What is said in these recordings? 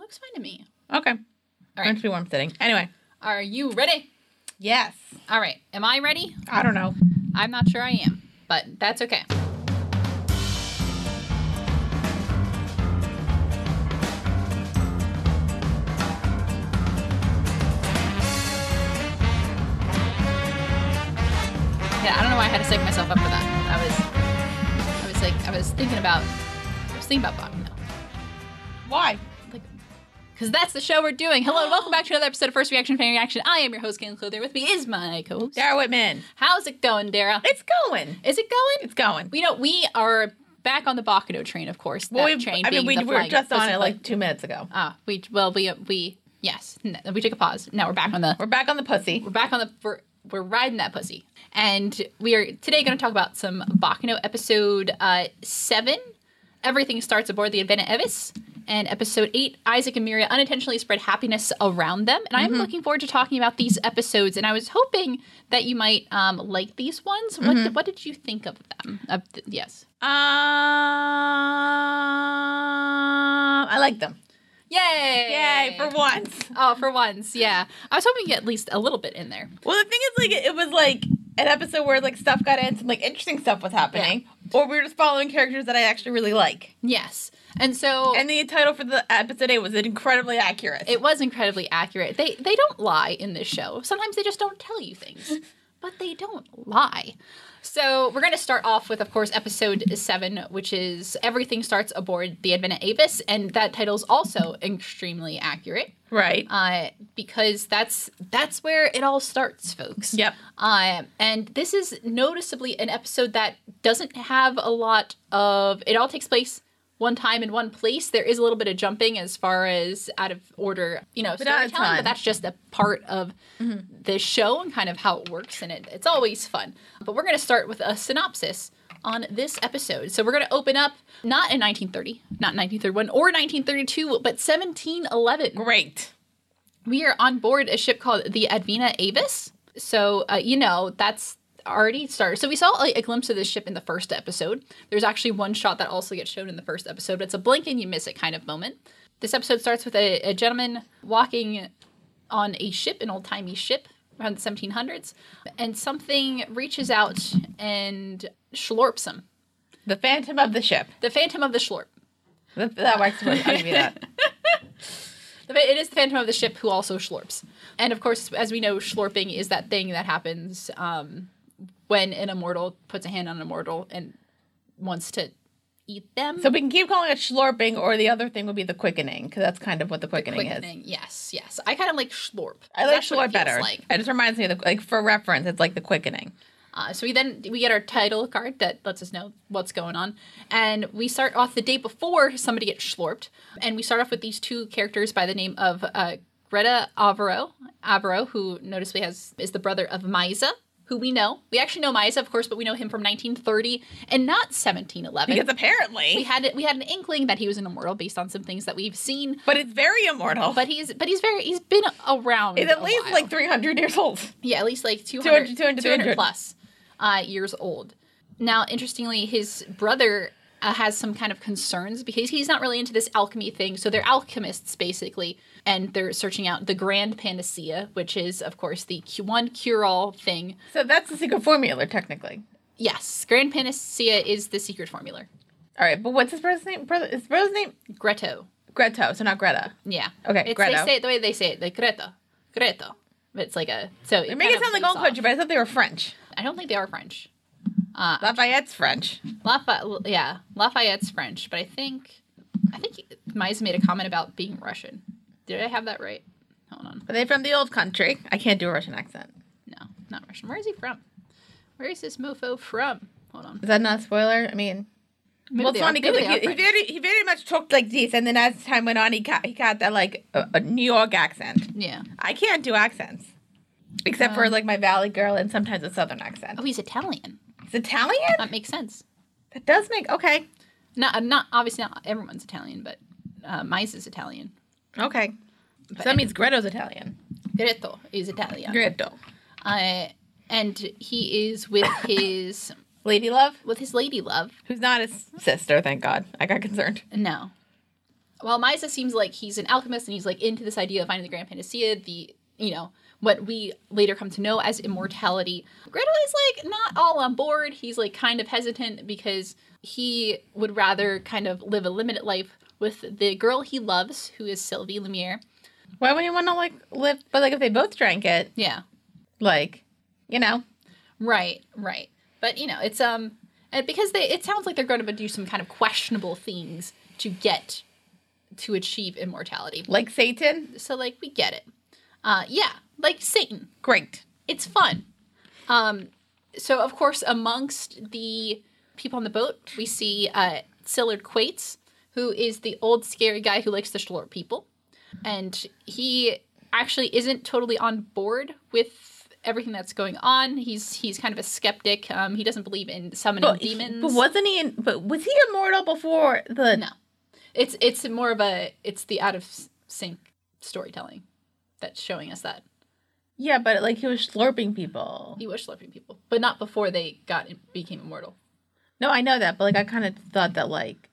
That's fine to me. Okay. All Meant right. to be warm fitting. Anyway. Are you ready? Yes. All right. Am I ready? I don't know. I'm not sure I am, but that's okay. Yeah, I don't know why I had to psych myself up for that. I was, I was like, I was thinking about, I was thinking about Bach now. Why? Because that's the show we're doing. Hello, and welcome back to another episode of First Reaction Fan Reaction. I am your host, Caitlin Clothier. With me is my co-host. Dara Whitman. How's it going, Dara? It's going. Is it going? It's going. You know, we are back on the Bakudo train, of course. Well, that we've- train I being mean, we the were flying- just on listen, it like two minutes ago. ah, we well, we we yes, no, we took a pause. Now we're back on the We're back on the pussy. we're back on the we're, we're riding that pussy, and we are today going to talk about some Bakudo episode uh, seven. Everything starts aboard the Advent Evis. And episode eight, Isaac and Miria unintentionally spread happiness around them. And I'm looking forward to talking about these episodes. And I was hoping that you might um, like these ones. What, did, what did you think of them? Of th- yes. Um, I like them. Yay! Yay, for once. oh for once, yeah. I was hoping to get at least a little bit in there. Well, the thing is, like, it was like an episode where like stuff got in, some like interesting stuff was happening, or we were just following characters that I actually really like. Yes, and so And the title for the episode eight was incredibly accurate. it was incredibly accurate. They they don't lie in this show. Sometimes they just don't tell you things, but they don't lie. So we're going to start off with, of course, episode seven, which is everything starts aboard the Advent Avis, and that title's also extremely accurate right. uh, because that's that's where it all starts, folks. Yep. Um, and this is noticeably an episode that doesn't have a lot of. It all takes place one time in one place. There is a little bit of jumping as far as out of order, you know, But out of storytelling, but time. Mm-hmm. that's just a part of the show and kind of how it works, and it, it's always fun. But we're going to start with a synopsis on this episode. So we're going to open up not in 1930, not 1931 or 1932, but 1711 Great. we are on board a ship called the Advina Avis. So, uh, you know, that's already started. So, we saw like, a glimpse of this ship in the first episode. There's actually one shot that also gets shown in the first episode, but it's a blink and you miss it kind of moment. This episode starts with a, a gentleman walking on a ship, an old timey ship around the 1700s, and something reaches out and schlorps him. The Phantom of the Ship. The Phantom of the Schlorp. That, that works for me. I'll give you that. The fa- It is the Phantom of the Ship who also schlorps. And of course, as we know, schlorping is that thing that happens um, when an immortal puts a hand on an immortal and wants to eat them. So we can keep calling it schlorping, or the other thing would be the quickening, because that's kind of what the quickening, is. Quickening. Yes, yes. I kind of like schlorp. I like That's what schlorp it feels better. Like. It just reminds me of the, like for reference, it's like the quickening. Uh, so we then we get our title card that lets us know what's going on, and we start off the day before somebody gets schlorped, and we start off with these two characters by the name of uh, Greta Avaro, Avaro, who noticeably has is the brother of Misa, who we know. We actually know Misa, of course, but we know him from 1930 and not 1711. Because apparently, we had we had an inkling that he was an immortal based on some things that we've seen, but it's very immortal. but he's but he's very he's been around it's at a least while. like 300 years old. Yeah, at least like 200, 200, 200, 200 plus uh, years old. Now, interestingly, his brother uh, has some kind of concerns because he's not really into this alchemy thing. So they're alchemists, basically, and they're searching out the grand panacea, which is, of course, the cu- one cure all thing. So that's the secret formula, technically. Yes, grand panacea is the secret formula. All right, but what's his brother's name? Brother, his brother's name Greto. Greta, so not Greta. Yeah. Okay, It's, They Greto. say it the way they say it, like Greto. Greto. But It's like a. so They make it sound like all country, but I thought they were French. I don't think they are French. Lafayette's French. Lafayette, yeah, Lafayette's French, but I think I think Mize made a comment about being Russian. Did I have that right? Hold on, Are they from the old country? I can't do a Russian accent. no, not Russian. Where is he from? Where is this mofo from? Hold on. Is that not a spoiler? I mean, Maybe well, they it's are- funny because maybe they are like, he, he, French. very, he very much talked like this, and then as time went on, he got, he got that like a, a New York accent. yeah. I can't do accents. Except for like my Valley girl and sometimes a Southern accent. Oh, he's Italian. He's Italian? That makes sense. That does make okay. Not, uh, not obviously not everyone's Italian, but uh, Mize is Italian. Okay. so that means Greta's Italian. Greto is Italian. Greta. Uh, and he is with his Lady Love, with his lady love. who's not his sister, thank God. I got concerned. No. while Misa seems like he's an alchemist and he's like into this idea of finding the Grand Panacea, the you know what we later come to know as immortality, Gretel is like not all on board. He's like kind of hesitant because he would rather kind of live a limited life with the girl he loves, who is Sylvie Lumiere. Why would anyone not like live? But like if they both drank it, Yeah, like you know, right, right. But you know, it's um, and because they it sounds like they're going to do some kind of questionable things to get to achieve immortality. like Satan. So like we get it. Uh, yeah, like Satan. Great. it's fun. Um, so, of course, amongst the people on the boat, we see uh, Sillard Quates, who is the old scary guy who likes to slurp people. And he actually isn't totally on board with everything that's going on. He's he's kind of a skeptic. Um, he doesn't believe in summoning But, demons. but wasn't he? In, but was he immortal before the? No. It's it's more of a it's the out of s- sync storytelling that's showing us that. Yeah, but like he was slurping people. He was slurping people, but not before they got became immortal. No, I know that, but like I kind of thought that like,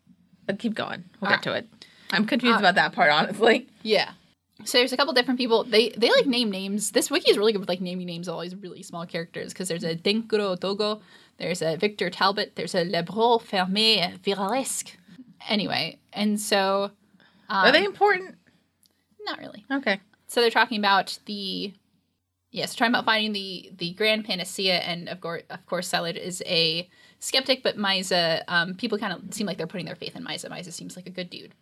but keep going. We'll get Uh, to it. I'm confused about that part, honestly. Yeah. So there's a couple different people. They they like name names. This wiki is really good with like naming names of all these really small characters because there's a Denkuro Togo, there's a Victor Talbot, there's a Lebron Fermé Viralesque. Anyway, and so Are um, they important? not really. Okay. So they're talking about the yes, talking about finding the the grand panacea, and of course, of course, Salad is a skeptic, but Misa, um, people kind of seem like they're putting their faith in Misa. Misa seems like a good dude.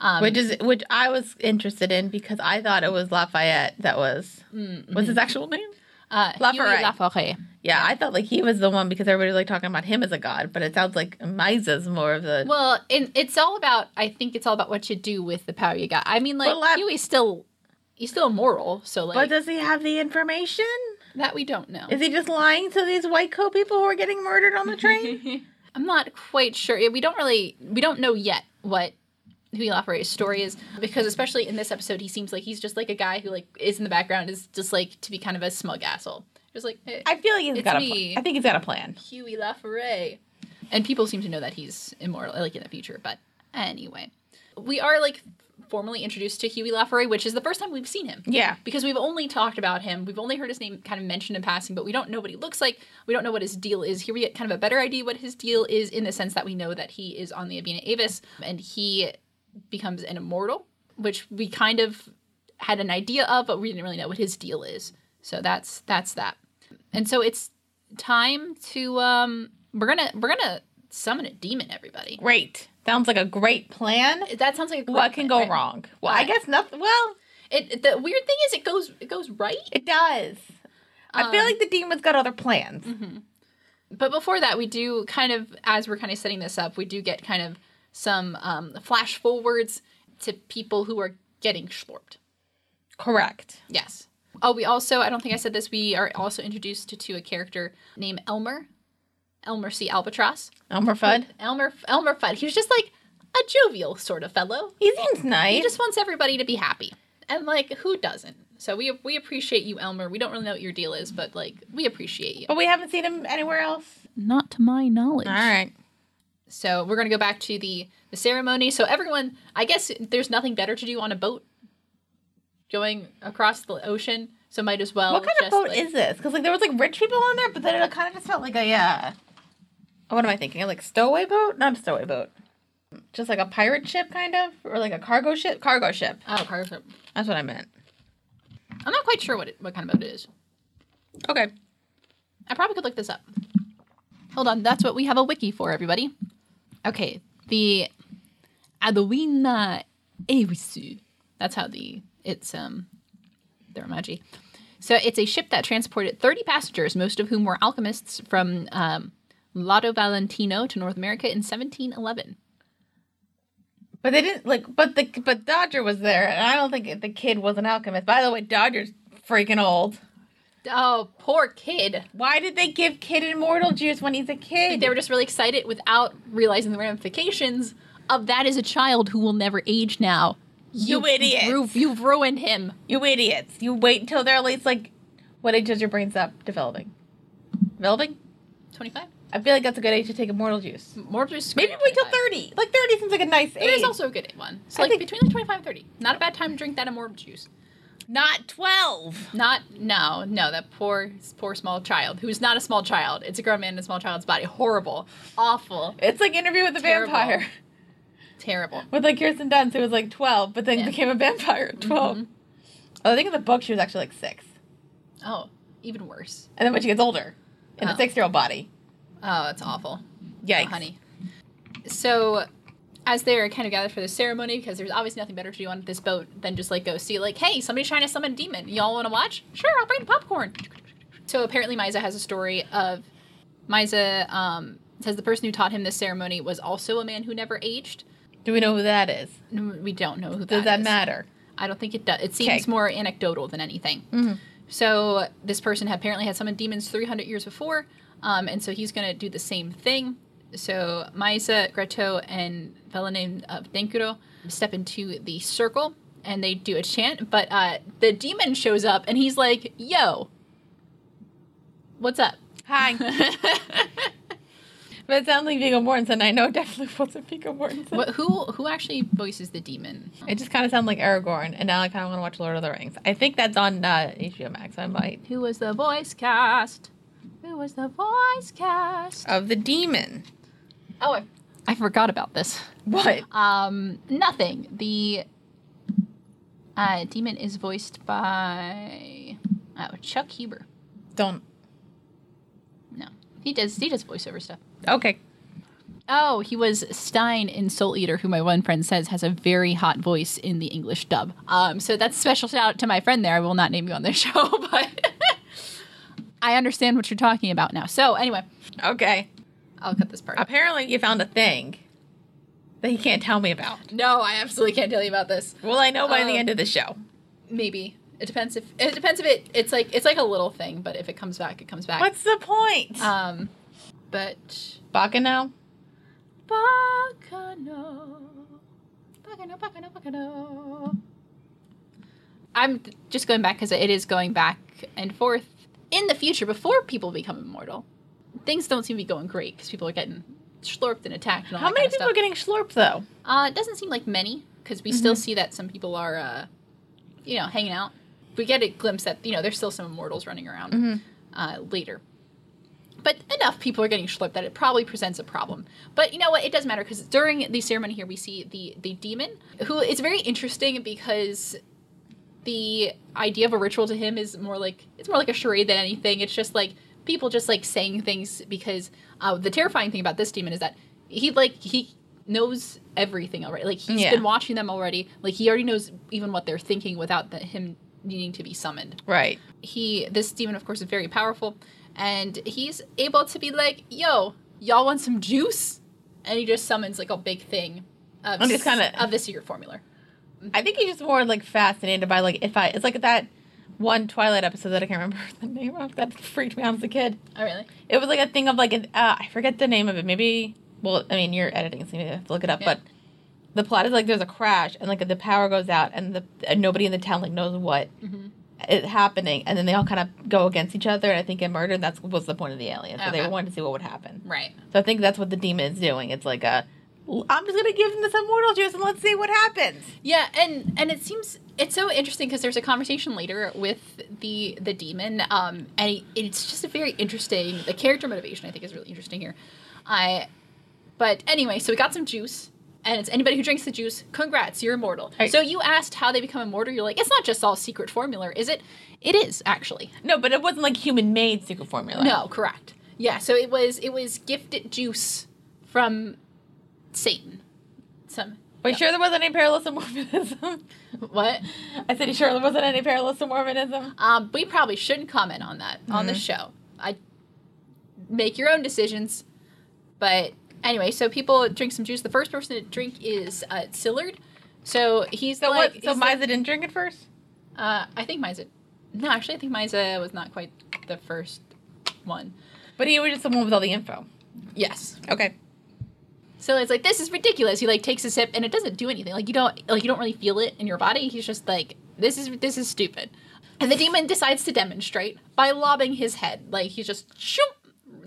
um, which is which I was interested in because I thought it was Lafayette that was Mm-hmm. what's his actual name? Uh, Huey Laforêt. Laforêt. Yeah, I thought like he was the one because everybody was like talking about him as a god, but it sounds like Misa's more of the Well, and it's all about. I think it's all about what you do with the power you got. I mean, like But lab- Huey's still, he's still immortal. So But like does he have the information? that we don't know. Is he just lying to these white coat people who are getting murdered on the train? I'm not quite sure. We don't really, we don't know yet what Huey Laforêt's story is because, especially in this episode, he seems like he's just like a guy who like is in the background is just like to be kind of a smug asshole. Just like eh, I feel like he's It's got a me. plan. I think he's got a plan. Huey Laforêt, and people seem to know that he's immortal, like in the future. But anyway, we are like formally introduced to Huey Laforêt, which is the first time we've seen him. Yeah. because we've only talked about him. We've only heard his name kind of mentioned in passing, but we don't know what he looks like. We don't know what his deal is. Here we get kind of a better idea what his deal is in the sense that we know that he is on the Abina Avis and he becomes an immortal, which we kind of had an idea of, but we didn't really know what his deal is. So that's that's that. And so it's time to um we're gonna we're gonna summon a demon, everybody. Great. Sounds like a great plan. That sounds like a great What plan, can go right? wrong? Well, I guess nothing. Well, It, the weird thing is, it goes it goes right. it does. I Um, feel like the demon's got other plans. mm-hmm. But before that, we do kind of, as we're kind of setting this up, we do get kind of some um, flash forwards to people who are getting schlorped. Correct. Yes. Oh, we also, I don't think I said this, we are also introduced to, to a character named Elmer, Elmer C. Albatross. Elmer Fudd. Elmer, Elmer Fudd. He's just like a jovial sort of fellow. He seems nice. He just wants everybody to be happy. And like, who doesn't? So we, we appreciate you, Elmer. We don't really know what your deal is, but like, we appreciate you. But we haven't seen him anywhere else. Not to my knowledge. All right. So we're gonna go back to the the ceremony. So everyone, I guess there's nothing better to do on a boat going across the ocean. So might as well. What kind of oh, just, boat like- is this? Because like there was like rich people on there, but then it kind of just felt like a uh, oh, what am I thinking? Like stowaway boat? Not a stowaway boat. Just like a pirate ship, kind of, or like a cargo ship. Cargo ship. Oh, cargo ship. That's what I meant. I'm not quite sure what it, what kind of boat it is. Okay. I probably could look this up. Hold on, that's what we have a wiki for, everybody. Okay, the Adoina Ewisu. That's how the it's um their emoji. So it's a ship that transported 30 passengers, most of whom were alchemists from um, Lotto Valentino to North America in 1711. But they didn't like. But the but Dodger was there, and I don't think the kid was an alchemist. By the way, Dodger's freaking old. Oh, poor kid. Why did they give kid immortal juice when he's a kid? They were just really excited without realizing the ramifications of that is a child who will never age now. You idiots. ru- you've ruined him. You idiots. You wait until they're at least like what age does your brain stop developing? Developing? 25? I feel like that's a good age to take immortal juice. Morbius. Maybe wait till thirty. Like thirty seems like a nice It age. is also a good one. So I like think- between like 25 and 30. Not a bad time to drink that immortal juice. not twelve. Not no, no, that poor poor small child who is not a small child. It's a grown man in a small child's body. Horrible. Awful. It's like Interview with the Terrible. Vampire Terrible. with like Kirsten Dunst, who was like twelve, but then Yeah. Mm-hmm. became a vampire at 12 Oh, I think in the book she was actually like six, Oh, even worse. and then when she gets older, in Oh. the six-year-old body, Oh, that's awful. Oh, yikes, honey. So, as they're kind of gathered for the ceremony, because there's obviously nothing better to do on this boat than just like go see, like, hey, somebody's trying to summon a demon. Y'all want to watch? Sure, I'll bring the popcorn. So apparently, Misa has a story of Misa um, says the person who taught him this ceremony was also a man who never aged. Do we know who that is? N- We don't know who Does that, that is. matter? I don't think it does. It seems Okay. Mm-hmm. more anecdotal than anything. So this person had apparently had summoned demons 300 years before, um, and so he's going to do the same thing. So Maisa, Grateau, and fella named uh, Denkuro step into the circle, and they do a chant. But uh, the demon shows up, and he's like, "Yo, what's up?" Hi. but it sounds like Viggo Mortensen. I know it definitely wasn't Viggo Mortensen. what, who who actually voices the demon? It just kind of sounds like Aragorn, and now I kind of want to watch Lord of the Rings. I think that's on uh, HBO Max. I might. Who was the voice cast? Who was the voice cast? Of the demon. Oh, I, I forgot about this. What? Um, nothing. The uh, demon is voiced by oh Chuck Huber. Don't. No, he does he does voiceover stuff. Okay. Oh, he was Stein in Soul Eater, who my one friend says has a very hot voice in the English dub. Um, so that's special shout out to my friend there. I will not name you on this show, but I understand what you're talking about now. So anyway, Okay. I'll cut this part. Apparently, you found a thing that you can't tell me about. No, I absolutely can't tell you about this. Well, I know by Um, the end of the show. Maybe it depends if it depends if it it's like it's like a little thing, but if it comes back, it comes back. What's the point? Uh, Um, but Bacano? Bacano, Bacano, Bacano, Bacano. I'm just going back because it is going back and forth in the future before people become immortal. Things don't seem to be going great because people are getting slurped and attacked. And all How that many kinda people stuff. are getting slurped though? Uh, it doesn't seem like many because we still see that some people are, uh, you know, hanging out. We get a glimpse that you know there's still some immortals running around uh, later. But enough people are getting schlipped that it probably presents a problem. But you know what? It doesn't matter because during the ceremony here we see the the demon who is very interesting because the idea of a ritual to him is more like it's more like a charade than anything. It's just like people just like saying things because uh, the terrifying thing about this demon is that he like he knows everything already. Like he's Yeah. been watching them already. Like he already knows even what they're thinking without the, him needing to be summoned. Right. He this demon of course is very powerful and he's able to be like, "Yo, y'all want some juice?" And he just summons like a big thing of I'm just kinda- of the secret formula. I think he's just more like fascinated by like if I. It's like that one Twilight episode that I can't remember the name of that freaked me out as a kid. Oh really? It was like a thing of like an, uh, I forget the name of it. Maybe well, I mean you're editing, so you have to look it up. Yeah. But the plot is like there's a crash and like the power goes out and the and nobody in the town like knows what Mm-hmm. is happening, and then they all kind of go against each other and I think get murdered. And that's was the point of the alien. So Okay. they wanted to see what would happen. Right. So I think that's what the demon is doing. It's like a I'm just gonna give them this immortal juice and let's see what happens. Yeah, and and it seems it's so interesting because there's a conversation later with the the demon, um, and it- it's just a very interesting. The character motivation I think is really interesting here. I, but anyway, so we got some juice, and it's anybody who drinks the juice, congrats, you're immortal. Right. So you asked how they become immortal. You're like, it's not just all secret formula, is it? It is actually. No, but it wasn't like human made secret formula. No, correct. Yeah, so it was it was gifted juice from Satan. Some But sure there wasn't any parallels to Mormonism. what? I said, you sure there wasn't any parallels to Mormonism? Um, we probably shouldn't comment on that on Mm-hmm. the show. I make your own decisions, but anyway, so people drink some juice. The first person to drink is uh, Sillard. So he's So like, what? So he's Misa didn't drink it first. like- uh, I think Misa. No, actually, I think Misa was not quite the first one. But he was just the one with all the info. Yes. Okay. So it's like this is ridiculous. He like takes a sip and it doesn't do anything. Like you don't like you don't really feel it in your body. He's just like this is this is stupid. And the demon decides to demonstrate by lobbing his head. Like he's just shoop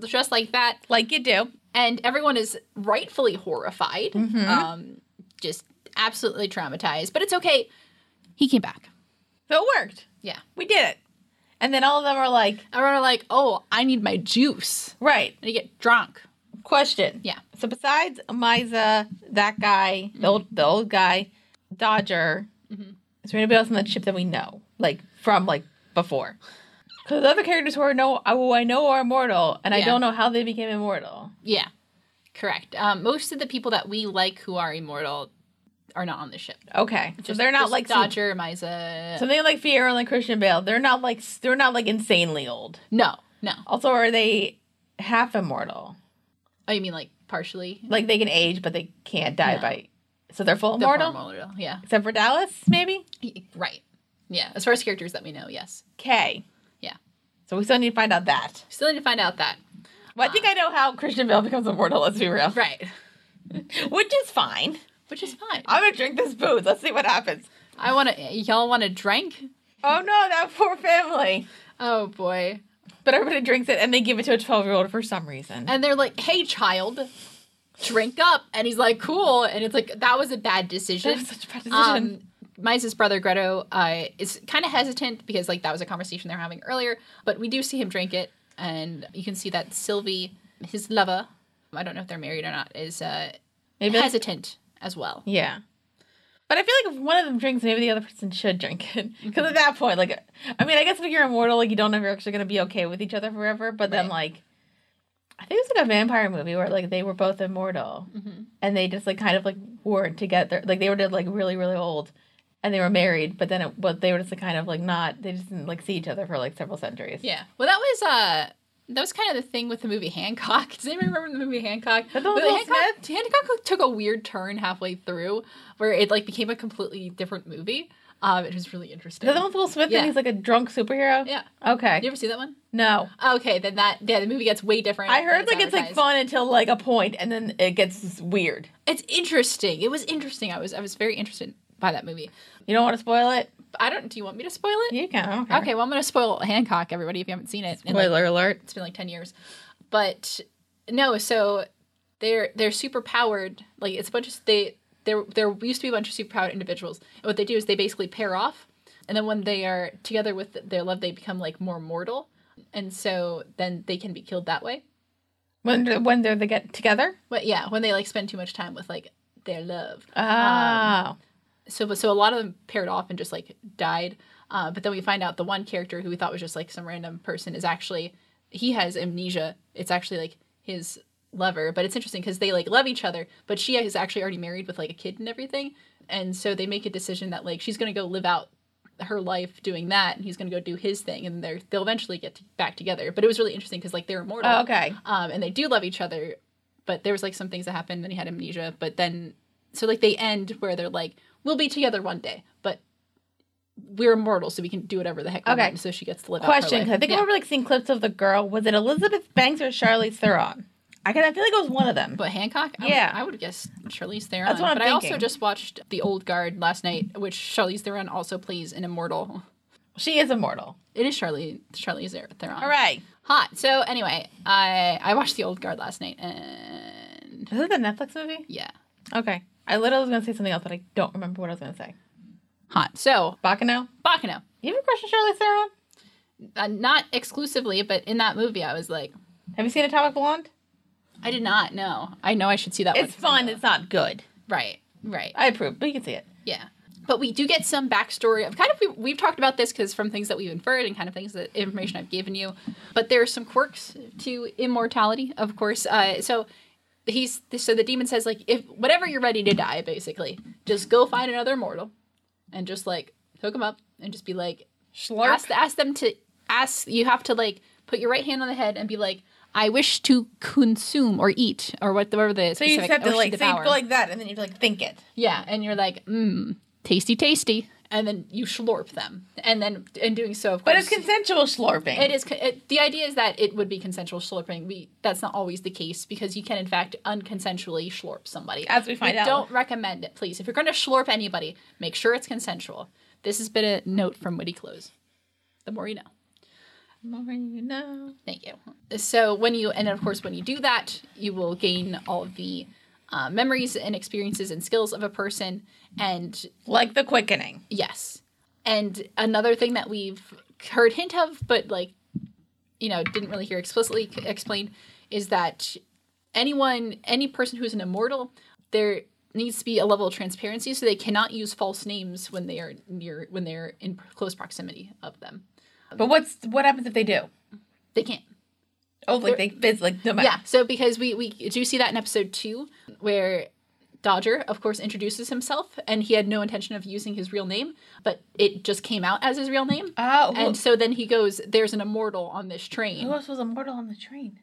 dressed like that, like you do. Mm-hmm. and everyone is rightfully horrified, um, just absolutely traumatized. But it's okay. He came back. So it worked. Yeah, We did it. And then all of them are like, everyone are like, "Oh, I need my juice," right, and you get drunk. question. Yeah. So besides Miza, that guy, the old, the old guy, Dodger, Mm-hmm. is there anybody else on that ship that we know, like from like before? Because the other characters who are no, who I know are immortal, and I Yeah. don't know how they became immortal. Yeah, correct. Um, most of the people that we like who are immortal are not on the ship. Okay, so Just- they're not just like some- Dodger, Misa. something like Fiero and Christian Bale. They're not like s- they're not like insanely old. no, no. Also, are they half immortal? Oh, you mean like partially Like they can age, but they can't die No. by. So they're full They're immortal, immortal? Yeah, except for Dallas, maybe. Y- right. Yeah, as far as characters that we know, yes. Okay. Yeah. So we still need to find out that. Still need to find out that. Well, I think I know how Christian Bale becomes immortal. Let's be real, Right. which is fine. Which is fine. I'm gonna drink this booze. Let's see what happens. I want to. Y'all want a drink? Oh no, that poor family. Oh boy. But everybody drinks it, and they give it to a 12 year old for some reason. And they're like, "Hey, child, drink up." And he's like, "Cool." And it's like that was a bad That decision. was such a bad decision. Um, Mice's brother Greto uh, is kind of hesitant because like that was a conversation they were having earlier, but we do see him drink it, and you can see that Sylvie, his lover, I don't know if they're married or not, is uh, maybe that's- hesitant as well. Yeah. But I feel like if one of them drinks, maybe the other person should drink it. Because Mm-hmm. at that point, like, I mean, I guess if you're immortal, like, you don't know if you're actually going to be okay with each other forever. But then, Right. like, I think it was like a vampire movie where, like, they were both immortal Mm-hmm. and they just, like, kind of, like, weren't together. Like, they were, like, really, really old and they were married, but then it, but they were just, like, kind of, like, not, they just didn't, like, see each other for, like, several centuries. Yeah. Well, that was uh, that was kind of the thing with the movie Hancock. Does anybody remember the movie Hancock? That the one with Will Hancock, Hancock took a weird turn halfway through where it like became a completely different movie. Um, it was really Is interesting. that the one with Will Smith Yeah. and he's, like, a drunk superhero? yeah. Okay. You ever see that one? no. Okay, then that yeah, the movie gets way different. I than heard, like, it's, like, advertised. fun until, like, a point and then it gets weird. It's interesting. It was interesting. I was I was very interested by that movie. You don't want to spoil it? I don't. Do you want me to spoil it? You can. I don't care. Okay. Well, I'm gonna spoil Hancock, everybody, if you haven't seen it. And, like, Spoiler alert. it's been like ten years, but no. So they're they're super powered. Like it's a bunch of they there there used to be a bunch of super powered individuals. And what they do is they basically pair off, and then when they are together with their love, they become like more mortal, and so then they can be killed that way. When do- when they're they get together? But yeah, when they like spend too much time with like their love. Oh, so but- so a lot of them paired off and just like died uh, but then we find out the one character who we thought was just like some random person is actually he has amnesia it's actually like his lover but it's interesting because they like love each other but she is actually already married with like a kid and everything and so they make a decision that like she's gonna go live out her life doing that and he's gonna go do his thing and they're they'll eventually get t back together but it was really interesting because like they're immortal Oh, okay. um, and they do love each other but there was like some things that happened and he had amnesia but then so like they end where they're like we'll be together one day but we're immortal so we can do whatever the heck we Okay. want so she gets to live out her Question: life. 'cause I think Yeah. I remember like seeing clips of the girl. Was it Elizabeth Banks or Charlize Theron? I can. I feel like it was one of them. but Hancock, I Yeah. would, I would guess Charlize Theron. That's what I'm but I also thinking. just watched The Old Guard last night, which Charlize Theron also plays an immortal. she is immortal. It is Charlize Charlize Theron. All right. hot. So anyway, I I watched The Old Guard last night, and Is it a Netflix movie? yeah, Okay. I literally was gonna say something else, but I don't remember what I was gonna say. hot. So Bacano. Bacano, You have a crush on Charlize Theron? uh, not exclusively, but in that movie, I was like, Have you seen Atomic Blonde? I did not know. I know I should see that one. It's fun. It's not good. Right, right. I approve, but you can see it. Yeah. But we do get some backstory of kind of, we, we've talked about this because from things that we've inferred and kind of things that information I've given you. But there are some quirks to immortality, of course. Uh, so he's, so the demon says, like, if whatever you're ready to die, basically, just go find another immortal and just like hook him up and just be like, Schlurp. ask, ask them to ask, you have to like put your right hand on the head and be like, I wish to consume or eat or whatever the so you just specific- have I to wish like oh, say devour. go like that, and then you like think it. Yeah, and you're like, mmm, tasty, tasty, and then you schlorp them, and then in doing so, of course, But it's consensual slurping. it is. con- It, the idea is that it would be consensual schlorping. We that's not always the case because you can in fact unconsensually schlorp somebody. As we find out. don't recommend it. Please, if you're going to schlorp anybody, make sure it's consensual. This has been a note from Woody Close. The more you know. more you know. Thank you. So when you and of course when you do that, you will gain all of the uh, memories and experiences and skills of a person. And Like the quickening. yes, and another thing that we've heard hint of, but like you know didn't really hear explicitly c- explained, is that anyone, any person who's an immortal, there needs to be a level of transparency, so they cannot use false names when they are near when they're in close proximity of them. But what's what happens if they do? They can't. Oh, like they fizz like no matter. Yeah, so because we we do see that in episode two, where Dodger, of course, introduces himself, and he had no intention of using his real name, but it just came out as his real name. Oh, who, And so then he goes, "There's an immortal on this who train." else was immortal on the train?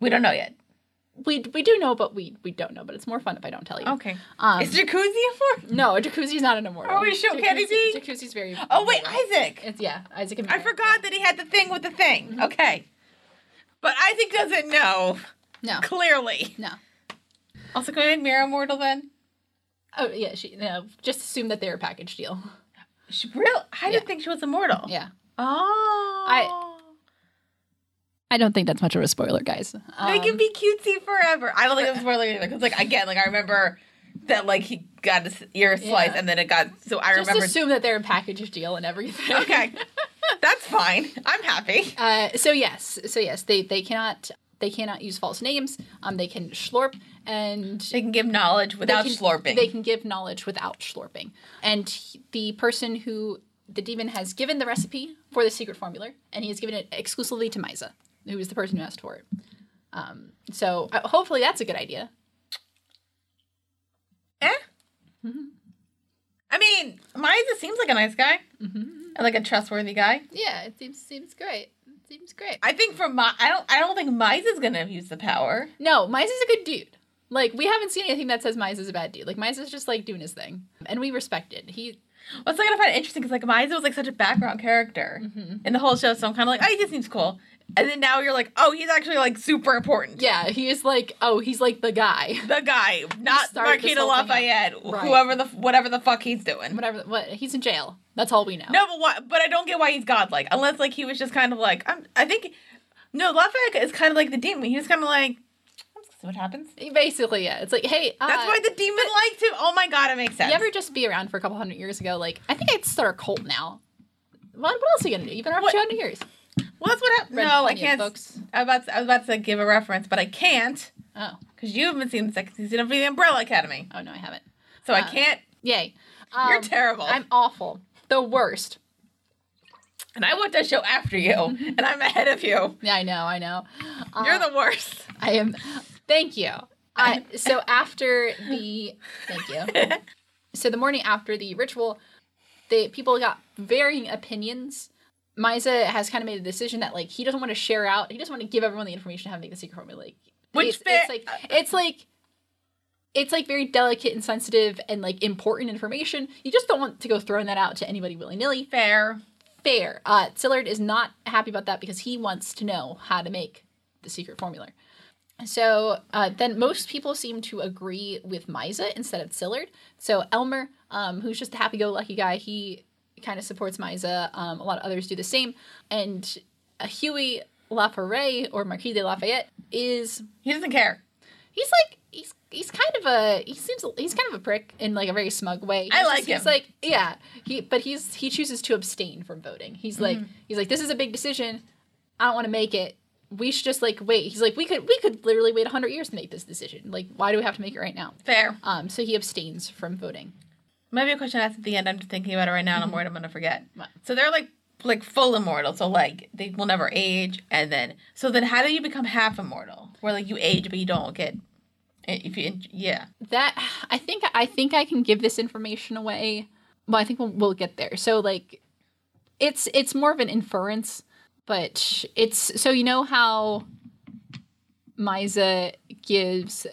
We don't know yet. We we do know, but we we don't know. But it's more fun if I don't tell you. Okay. Um, Is Jacuzzi immortal? no, Jacuzzi's not an immortal. Are we sure? Can he Jacuzzi- be? Jacuzzi's very. Oh wait, immortal. Isaac. It's, Mm-hmm. yeah, Isaac. and I Mary. forgot that he had the thing with the thing. Okay. But Isaac doesn't know No, clearly. no. Also, can we make Mira immortal then? Oh yeah, she no. Just assume that they're a package deal. She real. I didn't Yeah. think she was immortal. Yeah, Oh. I- I don't think that's much of a spoiler, guys. Um, they can be cutesy forever. I don't think it's spoiler either because, like, again, like I remember that like he got his ear sliced Yeah. and then it got so I Just remember. assume that they're a package deal and everything. okay, that's fine. I'm happy. Uh, so yes, so yes, they they cannot they cannot use false names. Um, they can schlorp and They can give knowledge without they can- slurping. They can give knowledge without schlorping. And he- the person who the demon has given the recipe for the secret formula, and he has given it exclusively to Misa, who is the person who asked for it. Um, so uh, hopefully that's a good idea. Eh? I mean, Miza seems like a nice guy, and like a trustworthy guy. Yeah, it seems seems great. It seems great. I think from my, I don't, I don't think Miza's gonna use the power. No, Mize is a good dude. Like we haven't seen anything that says Mize is a bad dude. Like Mize is just like doing his thing, and we respect it. He Well, it's like I find it interesting because like Miza was like such a background character in the whole show, so I'm kind of like, oh, he just seems cool. And then now you're like, oh, he's actually like super important. yeah, he is like oh, he's like the guy. the guy, not started this Marquita whole thing Lafayette, Right. whoever the whatever the fuck he's doing. Whatever. What he's in jail. That's all we know. No, but why, but I don't get why he's godlike unless like he was just kind of like I'm, I think no Lafayette is kind of like the demon. He was kind of like I'm just gonna see what happens. Basically, yeah. It's like hey, uh, That's why the demon liked him. Oh my god, it makes sense. you ever just be around for a couple hundred years ago? Like I think I'd start a cult now. What, what else are you gonna do? You've been around for What- two hundred years. well, that's what happened. Read No, I plenty of can't. Books. I was about to, I was about to give a reference, but I can't Oh, because you haven't seen the second season of The Umbrella Academy, oh no, I haven't. so I can't. Yay. You're Um, terrible. I'm awful. The worst. and I watched that show after you, and I'm ahead of you. Yeah, I know. I know. Uh, You're the worst. I am. Thank you. Uh, so after the thank you. So the morning after the ritual, the people got varying opinions. Misa has kind of made a decision that like he doesn't want to share out. He doesn't want to give everyone the information how to make the secret formula. Like, Which it's, fair- it's like it's like it's like very delicate and sensitive and like important information. You just don't want to go throwing that out to anybody willy nilly. Fair. Fair. Uh, Sillard is not happy about that because he wants to know how to make the secret formula. So uh, then most people seem to agree with Misa instead of Sillard. So Elmer, um, who's just a happy go lucky guy, he kind of supports Misa. Um, a lot of others do the same. And uh, Huey Laferre or Marquis de Lafayette is He doesn't care. he's like he's he's kind of a he seems he's kind of a prick in like a very smug way. He's I like just- He's him. like yeah, he but he's he chooses to abstain from voting. He's like Mm-hmm. he's like this is a big decision. I don't want to make it. We should just like wait. He's like we could we could literally wait 100 years to make this decision. Like why do we have to make it right now? Fair. Um so he abstains from voting. Maybe a question I asked at the end. I'm just thinking about it right now, and I'm Mm-hmm. worried I'm gonna forget. What? So they're like like full immortal. So like they will never age, and then so then how do you become half immortal? Where like you age but you don't get eh, if you yeah. That I think I think I can give this information away. Well, I think we'll, we'll get there. So like it's it's more of an inference, but it's so you know how Misa gives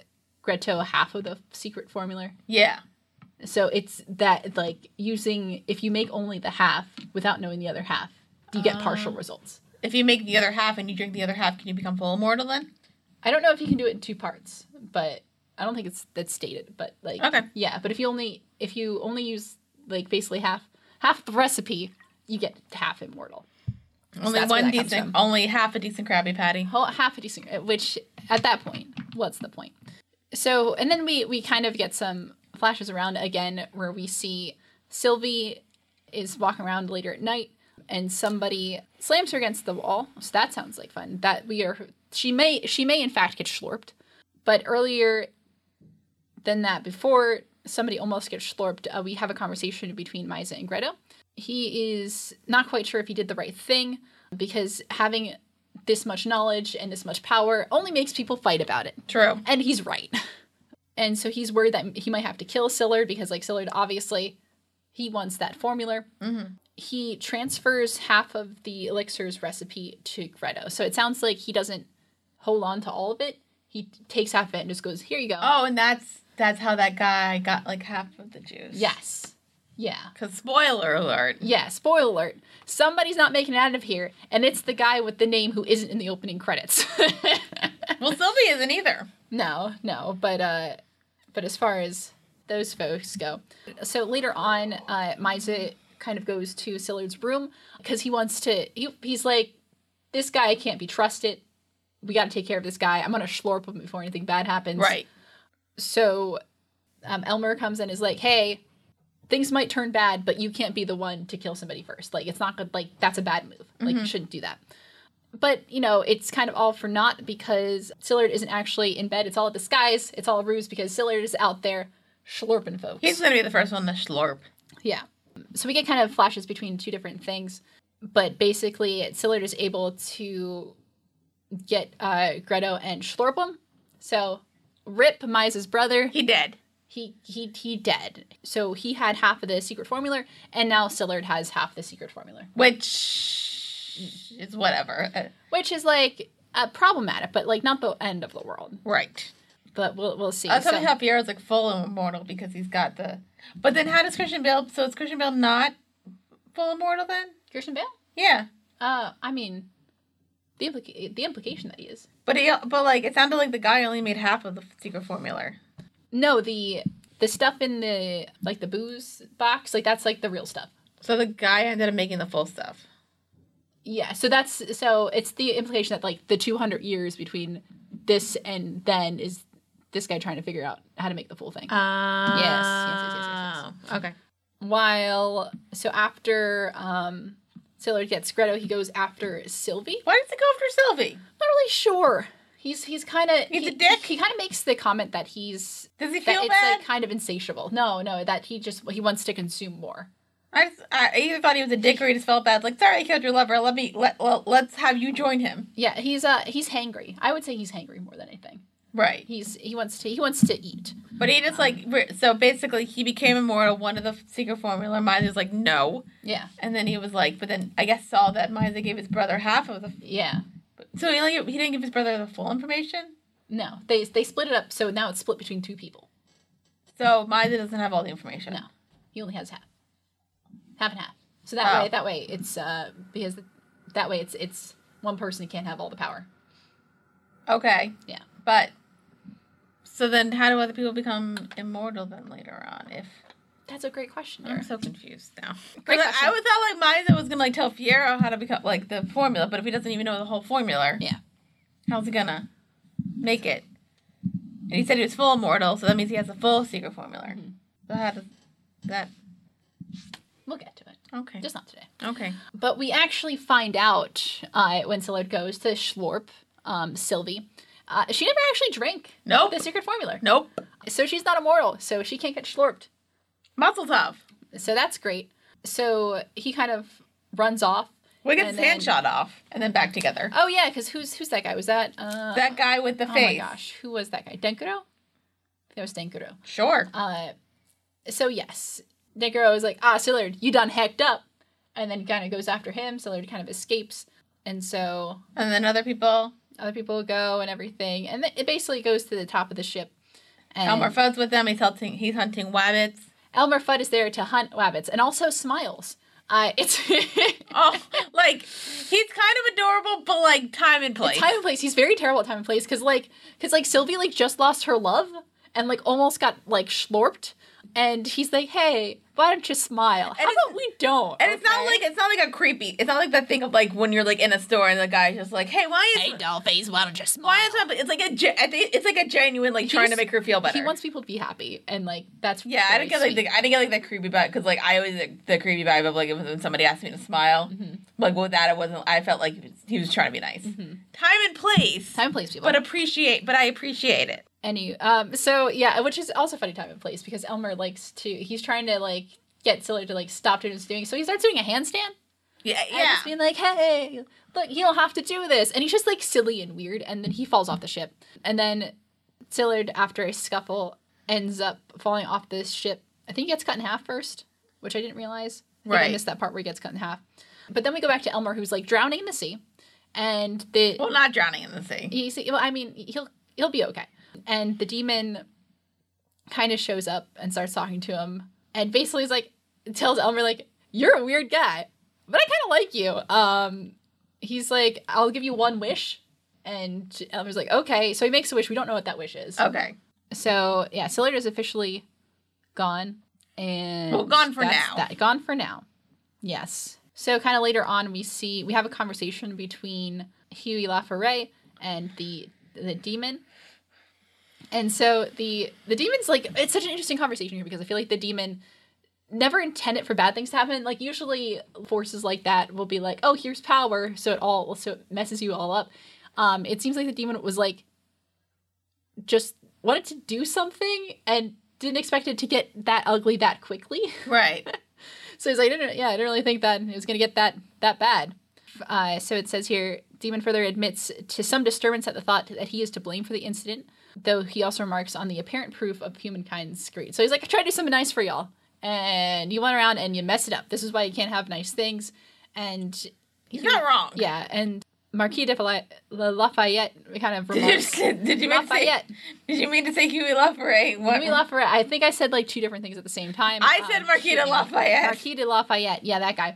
Greto half of the secret formula. Yeah. So it's that like using if you make only the half without knowing the other half, you get partial results. If you make the other half and you drink the other half, can you become full immortal then? I don't know if you can do it in two parts, but I don't think it's that's stated. But like, Okay. yeah. But if you only if you only use like basically half half the recipe, you get half immortal. So Only that's where one that comes decent, from. only half a decent Krabby Patty. whole half a decent uh, which at that point what's the point so and then we we kind of get some flashes around again where we see sylvie is walking around later at night and somebody slams her against the wall so that sounds like fun that we are she may she may in fact get slurped but earlier than that before somebody almost gets slurped uh, we have a conversation between Misa and greta he is not quite sure if he did the right thing because having this much knowledge and this much power only makes people fight about it True. and he's right and so he's worried that he might have to kill sillard because like sillard obviously he wants that formula he transfers half of the elixir's recipe to greta so it sounds like he doesn't hold on to all of it he takes half of it and just goes here you go Oh, and that's that's how that guy got like half of the juice. yes yeah Because spoiler alert. yeah spoiler alert somebody's not making it out of here and it's the guy with the name who isn't in the opening credits Well, Sylvie isn't either. No, no, but uh, but as far as those folks go, so later on, uh, Miza kind of goes to Sillard's room because he wants to. He, he's like, this guy can't be trusted. We got to take care of this guy. I'm gonna schlorp him before anything bad happens. Right. So, um, Elmer comes in and is like, hey. Things might turn bad, but you can't be the one to kill somebody first. Like it's not good. Like that's a bad move. Like you shouldn't do that but you know it's kind of all for naught because Sillard isn't actually in bed. It's all a disguise. It's all a ruse because Sillard is out there schlorping folks. He's gonna be the first one to slurp. yeah. So we get kind of flashes between two different things, but basically Sillard is able to get uh, Greto and schlorp him. So Rip Mize's brother, He did. he he he dead. So he had half of the secret formula, and now Sillard has half the secret formula, Which is whatever. Uh, which is like uh, problematic, but like not the end of the world. right. But we'll we'll see. I was So- telling you how Pierre's like full immortal because he's got the. But then how does Christian Bale? So is Christian Bale not full immortal then? Christian Bale? Yeah. Uh, I mean, the implica- the implication that he is. But he, but like it sounded like the guy only made half of the secret formula. No, the the stuff in the like the booze box, like that's like the real stuff. So the guy ended up making the full stuff. Yeah. So that's so it's the implication that like the 200 years between this and then is this guy trying to figure out how to make the full thing. Ah. yes, yes, yes, yes, yes. Oh, Okay. While so after um Sailor gets Greto, he goes after Sylvie. Why does it go after Sylvie? Not really sure. He's he's kind of He's he, a dick? He, kind of makes the comment that he's Does he that feel it's bad? like kind of insatiable. No, no, that he just he wants to consume more. I, just, I I either thought he was a dick or he just felt bad. Like, sorry, I killed your lover. Let me let, let let's have you join him. Yeah, he's uh he's hangry. I would say he's hangry more than anything. Right. He's he wants to he wants to eat. But he just like re- so basically he became immortal. One of the secret formula. Miser's like no, Yeah, and then he was like, but then I guess saw that Miser gave his brother half of the. yeah. So he only, he didn't give his brother the full information. No, they they split it up, so now it's split between two people. So Miser doesn't have all the information. No, he only has half, half and half. So that Oh. way that way it's uh because that way it's it's one person who can't have all the power. Okay. Yeah. But so then, how do other people become immortal then later on? If That's a great question. I'm There. so confused now. Great Because question. I would thought like Miser was gonna like tell Fiero how to become like the formula, but if he doesn't even know the whole formula, Yeah. how's he gonna make it? And he said he was full immortal, so that means he has a full secret formula. Mm-hmm. So how does that? We'll get to it. Okay. Just not today. okay. But we actually find out uh, when Sillard goes to Schlorp, um, Sylvie. Uh, she never actually drank Nope. the secret formula. Nope. So she's not immortal, so she can't get schlorped. Mazel tov. So that's great. So he kind of runs off. We get And his hand then- shot off, and then back together. Oh yeah, because who's who's that guy? Was that uh, that guy with the Oh face. my gosh, who was that guy? Denkuro. That was Denkuro. Sure. Uh, so yes, Denkuro is like, ah, Sillard, you done hacked up, and then kind of goes after him. Sillard kind of escapes, and so And then other people. other people go and everything, and it basically goes to the top of the ship. And Elmer Fudd's with them. He's hunting. He's hunting wabbits. Elmer Fudd is there to hunt rabbits and also smiles. Uh, it's Oh, like he's kind of adorable, but like time and place. time and place. He's very terrible at time and place because like because like Sylvie like just lost her love and like almost got like schlorped. and he's like, "Hey, why don't you smile? How it's- about we don't?" And it's not okay? like it's not like a creepy. It's not like that thing of like when you're like in a store and the guy's just like, "Hey, why is "Hey, dollface, why don't you smile?" why is that?" It's like a ge- I think it's like a genuine like He trying to just- make her feel better. He wants people to be happy, and like that's Yeah, I very didn't get like sweet. the, I didn't get like that creepy vibe because like I always like, the creepy vibe of like when somebody asked me to smile, Mm-hmm. like with that it wasn't. I felt like he was, he was trying to be nice. Time and place, time and place people. but appreciate. But I appreciate it. Any um so yeah, which is also funny time and place because Elmer likes to he's trying to like get Scylla to like stop doing what he's doing. So he starts doing a handstand Yeah, and yeah. just being like, Hey, look, you don't have to do this and he's just like silly and weird and then he falls off the ship. And then Sillard, after a scuffle, ends up falling off this ship. I think he gets cut in half first, which I didn't realize. I think I Right. missed that part where he gets cut in half. But then we go back to Elmer who's like drowning in the sea. And the well, not drowning in the sea. he's well, I mean, he'll he'll be okay. And the demon kind of shows up and starts talking to him, and basically is like tells Elmer like, "You're a weird guy, but I kind of like you." Um, he's like, "I'll give you one wish," and Elmer's like, "Okay." So he makes a wish. We don't know what that wish is. Okay, So yeah, Sillard is officially gone, and Well, gone for that's now. That gone for now. Yes. So kind of later on, we see we have a conversation between Huey LaFerre and the the demon. And so the the demon's like it's such an interesting conversation here because I feel like the demon never intended for bad things to happen. Like usually forces like that will be like, oh, here's power, so it all so it messes you all up. Um, it seems like the demon was like just wanted to do something and didn't expect it to get that ugly that quickly. right. So he's like, I didn't, yeah, I didn't really think that it was going to get that that bad. Uh, so it says here, Demon further admits to some disturbance at the thought that he is to blame for the incident, though he also remarks on the apparent proof of humankind's greed. So he's like, I tried to do something nice for y'all, and you went around and you messed it up. This is why you can't have nice things. And He's not wrong. yeah, and Marquis de Fala- La- Lafayette kind of Did you, remarks. did you mean to say? Lafayette, Did you mean to say Huey LaFerre? What? Louis Lafayette. I think I said like two different things at the same time. I said Marquis de shoot me. Lafayette. Marquis de Lafayette. Yeah, that guy.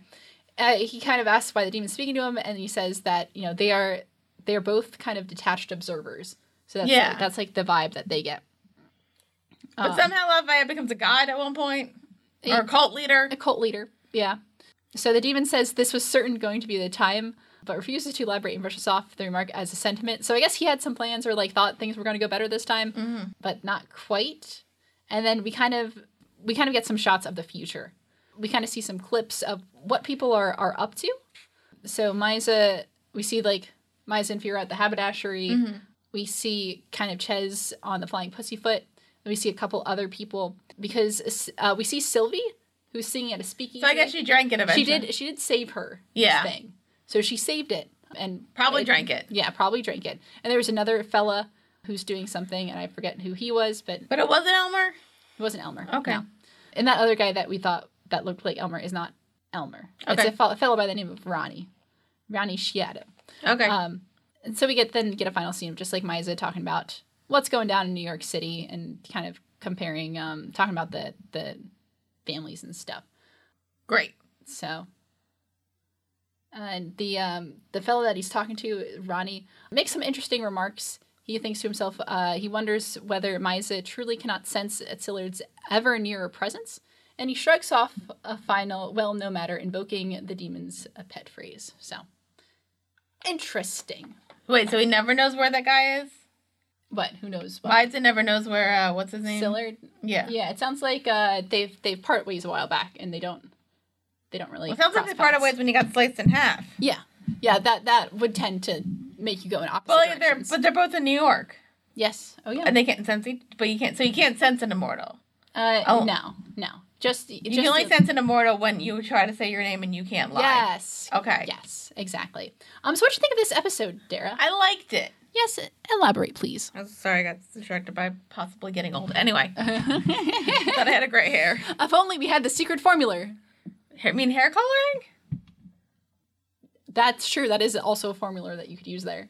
Uh, he kind of asks why the demon's speaking to him, and he says that you know they are they are both kind of detached observers. So that's Yeah. that's like the vibe that they get. but somehow Lafayette becomes a god at one point, or Yeah. a cult leader. A cult leader. Yeah. So the demon says this was certain going to be the time, but refuses to elaborate and brushes off the remark as a sentiment. So I guess he had some plans or like thought things were going to go better this time, Mm-hmm. but not quite. And then we kind of we kind of get some shots of the future. We kind of see some clips of what people are are up to. So Misa, we see like Misa and Fira at the haberdashery. Mm-hmm. We see kind of Ches on the flying pussyfoot. And we see a couple other people because uh, we see Sylvie who's singing at a speakeasy. So I guess she drank it She eventually. did. She did save her. Yeah. Thing. So she saved it and Probably drank it. Yeah, probably drank it. And there was another fella who's doing something, and I forget who he was, but it But it wasn't Elmer. wasn't Elmer. Okay. no. And that other guy that we thought that looked like Elmer is not Elmer. Okay. It's a fel- fellow by the name of Ronnie, Ronnie Shiato. Okay. Um, and so we get then get a final scene of just like Misa talking about what's going down in New York City and kind of comparing, um, talking about the the families and stuff. Great. So, and the um, the fellow that he's talking to, Ronnie, makes some interesting remarks. He thinks to himself, uh, he wonders whether Misa truly cannot sense Atzilard's ever nearer presence, and he shrugs off a final, well, no matter, invoking the demon's uh, pet phrase. So, interesting. Wait, so he never knows where that guy is? But who knows what? Biden never knows where, uh, what's his name? Atzilard? Yeah. Yeah, it sounds like uh, they've they've parted ways a while back, and they don't they don't really. It sounds like cross they parted paths. ways when he got sliced in half. Yeah, yeah, that that would tend to make you go in opposite Well, like, they're, directions. but they're both in New York. yes. Oh yeah. And they can't sense each, but you can't, so you can't sense an immortal. Uh, oh. no, no. Just You can only the- sense an immortal when you try to say your name and you can't lie. Yes. Okay. Yes. Exactly. Um. So, what do you think of this episode, Dara? I liked it. Yes. Elaborate, please. I'm sorry I got distracted by possibly getting old. Anyway, if thought I had a great hair. only we had the secret formula. I mean, hair coloring? That's true. That is also a formula that you could use there.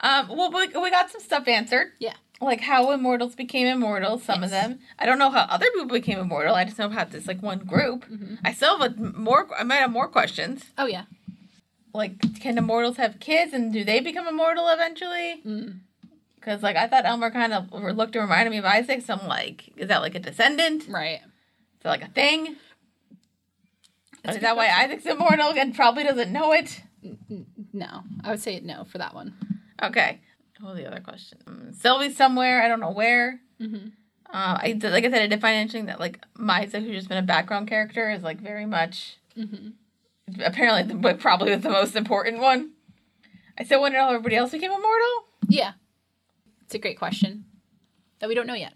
Um, well, we, we got some stuff answered. Yeah. like how immortals became immortal some of Yes. them i don't know how other people became immortal i just know about this like one group i still have a- more i might have more questions Oh yeah. like can immortals have kids and do they become immortal eventually Because like I thought Elmer kind of looked and reminded me of Isaac, so I'm like, is that like a descendant? Is Right. that like a thing? That's a is good that why Isaac's immortal and probably doesn't know it? No, I would say no for that one. Okay. What was the other question? Um, Sylvie's somewhere. I don't know where. Mhm. Uh, I did- like I said, I did find it interesting that like Misa, who's just been a background character, is like very much apparently the, but probably the most important one. I still wonder how everybody else became immortal. Yeah, it's a great question that we don't know yet.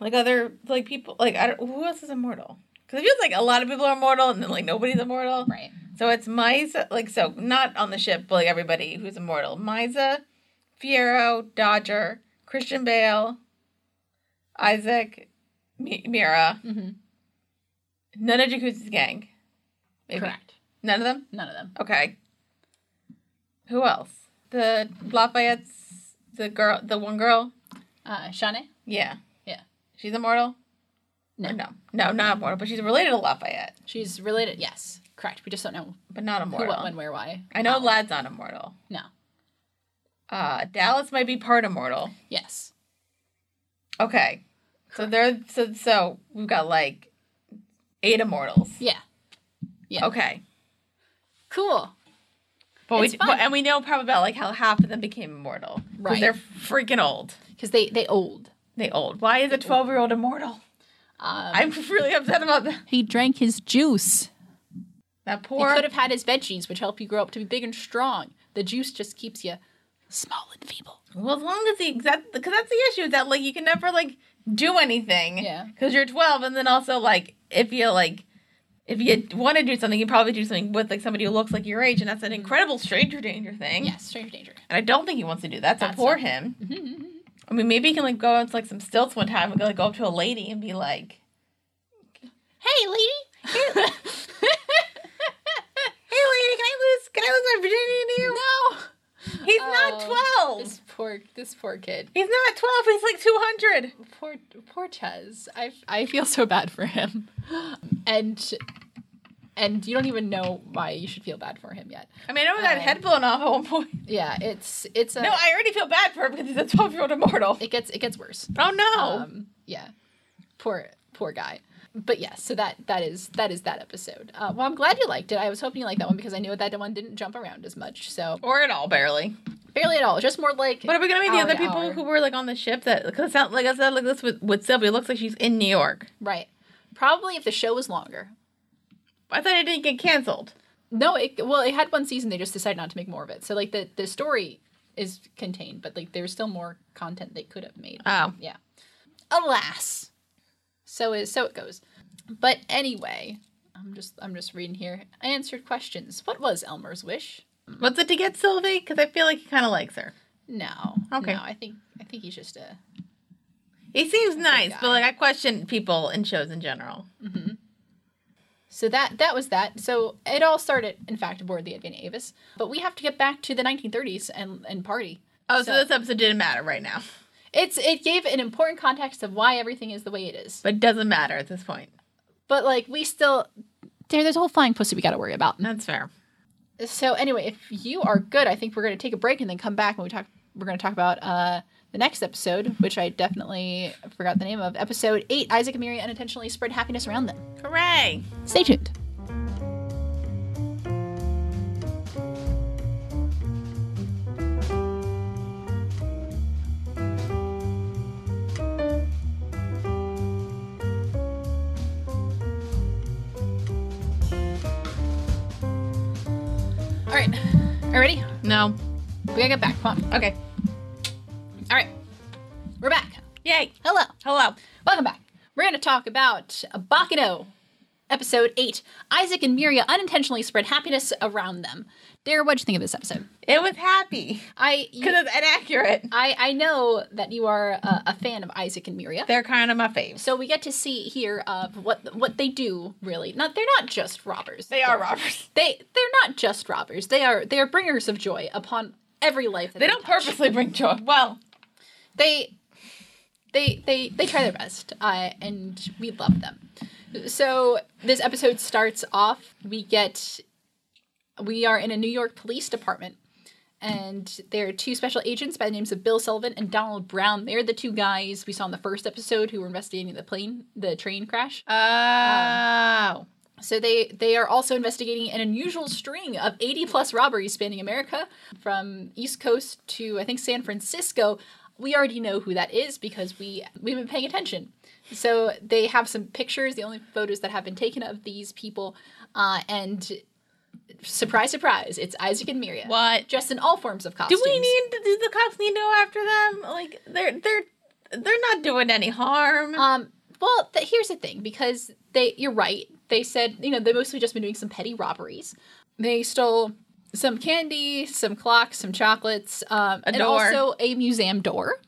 Like other like people like I don't, who else is immortal? Because it feels like a lot of people are immortal and then like nobody's immortal. Right. So it's Misa, like, so not on the ship, but like everybody who's immortal. Misa, Fiero, Dodger, Christian Bale, Isaac, Mi- Mira. Mhm. None of Jacuzzi's gang. Maybe. Correct. None of them? None of them. Okay. Who else? The Lafayette's, the girl, the one girl? Uh, Shane? Yeah. Yeah. She's immortal? No. Or no. No, not immortal, but she's related to Lafayette, She's related. Yes. Correct. We just don't know but not who, immortal. what, Oh. when, where, why. I know how. Lad's not immortal. No. Uh, Dallas might be part immortal. Yes. Okay. So there so so we've got like eight immortals. Yeah. Yeah. Okay. Cool. But It's we fun. but, and we know probably about like how half of them became immortal. 'Cause Right. They're freaking old. Because they they old. They old. Why is a twelve year old immortal? Um, I'm really upset about that. he drank his juice. That He poor could have had his veggies, which help you grow up to be big and strong. The juice just keeps you small and feeble. Well, as long as he, cause that, because that's the issue is that like you can never like do anything. Yeah. Because you're 12, and then also like if you like, if you want to do something, you probably do something with like somebody who looks like your age, and that's an Mm-hmm. incredible stranger danger thing. Yes, stranger danger. And I don't think he wants to do that. So That's poor not- him. I mean, maybe he can like go out to like some stilts one time and go like go up to a lady and be like, Hey, lady. "Hey, lady, can I lose can I lose my virginity to you?" no. He's Oh, not 12. This poor this poor kid. He's not 12. He's like 200. Poor poor Ches. I I feel so bad for him. And and you don't even know why you should feel bad for him yet. I mean, I know he got Um, head blown off at one point. Yeah, it's it's a No, I already feel bad for him because he's a 12 year old immortal. it gets it gets worse. Oh no. Um yeah. Poor poor guy. But yes, so that that is that is that episode. Uh, well, I'm glad you liked it. I was hoping you liked that one because I knew that one didn't jump around as much. So or at all, barely. barely at all. Just more like But are we gonna meet the Hour other to people hour. who were like on the ship? That because it sounds like I said like this with with Sylvia. It looks like she's in New York. right. Probably if the show was longer. I thought it didn't get canceled. No, it well, it had one season. They just decided not to make more of it. So like the the story is contained, but like there's still more content they could have made. Oh, yeah. Alas. So is so it goes. But anyway, I'm just I'm just reading here. I answered questions. What was Elmer's wish? what's it to get Sylvie? Because I feel like he kind of likes her. No. Okay. No, I think I think he's just a He seems nice, guy. but like I question people in shows in general. So that that was that. So it all started, in fact, aboard the Advent Avis. But we have to get back to the 1930s and and party. Oh, so, So- this episode didn't matter right now, It's it gave an important context of why everything is the way it is. but it doesn't matter at this point. But like we still there there's a whole flying pussy we gotta worry about. That's fair. So anyway, if you are good, I think we're gonna take a break and then come back and we talk we're gonna talk about uh the next episode, which I definitely forgot the name of, episode eight, Isaac and Mary unintentionally spread happiness around them. Hooray! Stay tuned. All right, are you ready? No. We gotta get back. Come on. Okay. All right, we're back. Yay! Hello. Hello. Welcome back. We're going to talk about Bakano, episode 8. Isaac and Miria unintentionally spread happiness around them. Dare, what'd you think of this episode? It was happy I you, because it's inaccurate. I, I know that you are a, a fan of Isaac and Miria. They're kind of my faves. So we get to see here of what what they do really. Not they're not just robbers. They are robbers. They they're not just robbers. They are they are bringers of joy upon every life. That They don't touch. purposely bring joy. Well, they they they they try their best uh, and we love them so this episode starts off we get we are in a new york police department and there are two special agents by the names of Bill Sullivan and Donald Brown. They're the two guys we saw in the first episode who were investigating the plane, the train crash. Oh. uh, So they they are also investigating an unusual string of 80 plus robberies spanning America from East Coast to I think San Francisco. We already know who that is because we we've been paying attention. So they have some pictures, the only photos that have been taken of these people, uh, and surprise, surprise, it's Isaac and Miria what? dressed in all forms of Do costumes. we need? Do the cops need to go after them? Like they're they're they're not doing any harm. Um, well, th- here's the thing because they, you're right. They said, you know, they mostly just been doing some petty robberies. They stole some candy, some clocks, some chocolates, um, and door. also a museum door.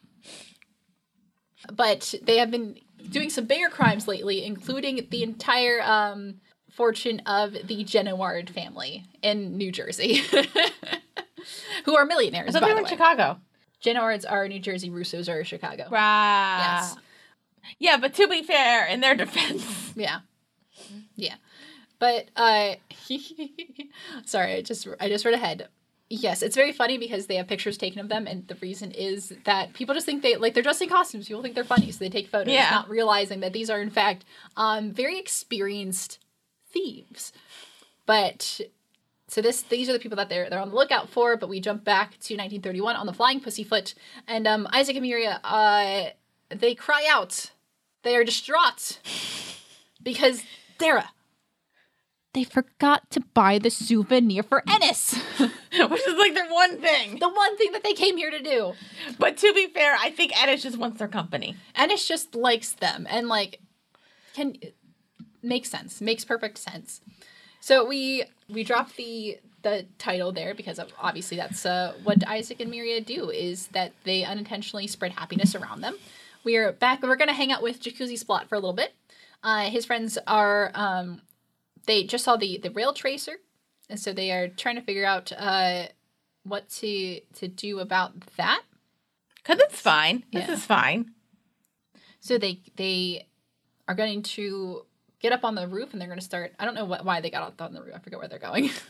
But they have been doing some bigger crimes lately, including the entire um, fortune of the Genoard family in New Jersey, who are millionaires. so by they the were in way. Chicago. Genoards are New Jersey, Russos are Chicago. Right. Yes. Yeah, but to be fair, in their defense, Yeah. Yeah. But uh sorry, I just I just read ahead. Yes, it's very funny because they have pictures taken of them and the reason is that people just think they like they're dressed in costumes. People think they're funny, so they take photos, Yeah. not realizing that these are in fact um very experienced thieves. But so this these are the people that they're they're on the lookout for, but we jump back to 1931 on the Flying Pussyfoot and um Isaac and Miria uh they cry out. They are distraught because Dara. They forgot to buy the souvenir for Ennis. which is like their one thing. the one thing that they came here to do. But to be fair, I think Ennis just wants their company. Ennis just likes them and like can makes sense. Makes perfect sense. So we we drop the the title there because of, obviously that's uh, what Isaac and Miria do is that they unintentionally spread happiness around them. We are back. We're gonna hang out with Jacuzzi Splot for a little bit. Uh, his friends are um, they just saw the the rail tracer, and so they are trying to figure out uh, what to to do about that. Cause it's fine. Yeah. This is fine. So they they are going to get up on the roof and they're going to start. I don't know what, why they got up on the roof. I forget where they're going.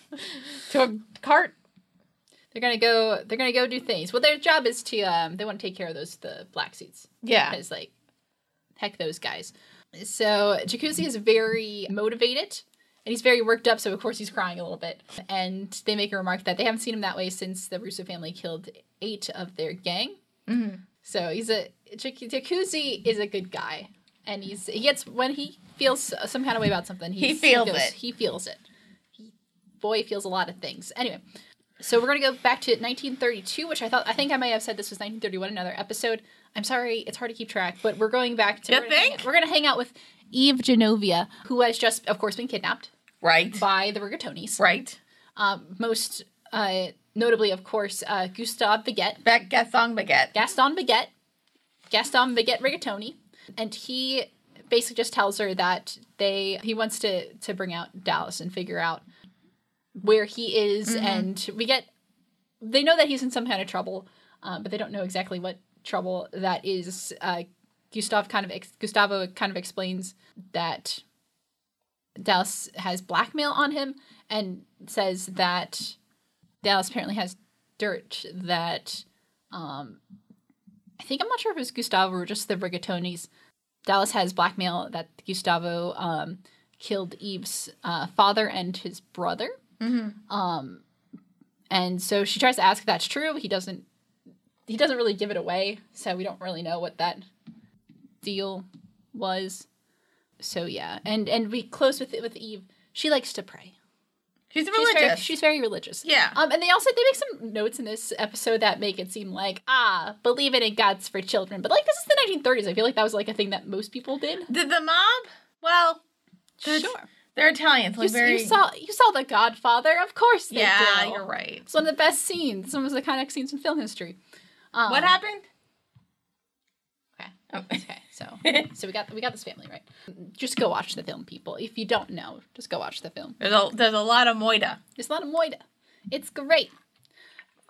To a cart. they're going to go. They're going to go do things. Well, their job is to. Um, they want to take care of those the black seats Yeah. because like, heck those guys. So Jacuzzi is very motivated. And he's very worked up, so of course he's crying a little bit. And they make a remark that they haven't seen him that way since the Russo family killed eight of their gang. Mhm. So he's a Jac- Jacuzzi is a good guy, and he's he gets when he feels some kind of way about something. He he's- feels goes- it. He feels it. He, boy feels a lot of things. Anyway, so we're gonna go back to 1932, which I thought I think I may have said this was 1931. Another episode. I'm sorry, it's hard to keep track, but we're going back to. You we're gonna hang- think? we're gonna hang out with Eve Genovia, who has just, of course, been kidnapped Right. by the Rigatoni's. Right. Um, most uh, notably, of course, uh, Gustave Baguette. Back Gaston Baguette. Gaston Baguette, Gaston Baguette Rigatoni, and he basically just tells her that they he wants to to bring out Dallas and figure out where he is, and we get they know that he's in some kind of trouble, um, but they don't know exactly what trouble that is. Uh, Gustav kind of ex- Gustavo kind of explains that Dallas has blackmail on him and says that Dallas apparently has dirt that um, I think I'm not sure if it was Gustavo or just the Rigatonis. Dallas has blackmail that Gustavo um, killed Eve's uh, father and his brother. Um, and so she tries to ask if that's true. He doesn't. He doesn't really give it away, so we don't really know what that deal was. So yeah, and and we close with with Eve. She likes to pray. She's She's religious. very, she's very religious. Yeah. Um, and they also they make some notes in this episode that make it seem like ah, believe it in God's for children, but like this is the 1930s. I feel like that was like a thing that most people did. Did the mob? Well, That's- they're Italians. You, Like very. you saw you saw The Godfather, of course. They yeah, do. you're right. It's one of the best scenes. It's one of the iconic scenes in film history. Um, what happened? Okay. Oh. Okay, so so we got we got this family right. Just go watch the film, people. If you don't know, just go watch the film. There's a there's a lot of moida, There's a lot of moida. It's great.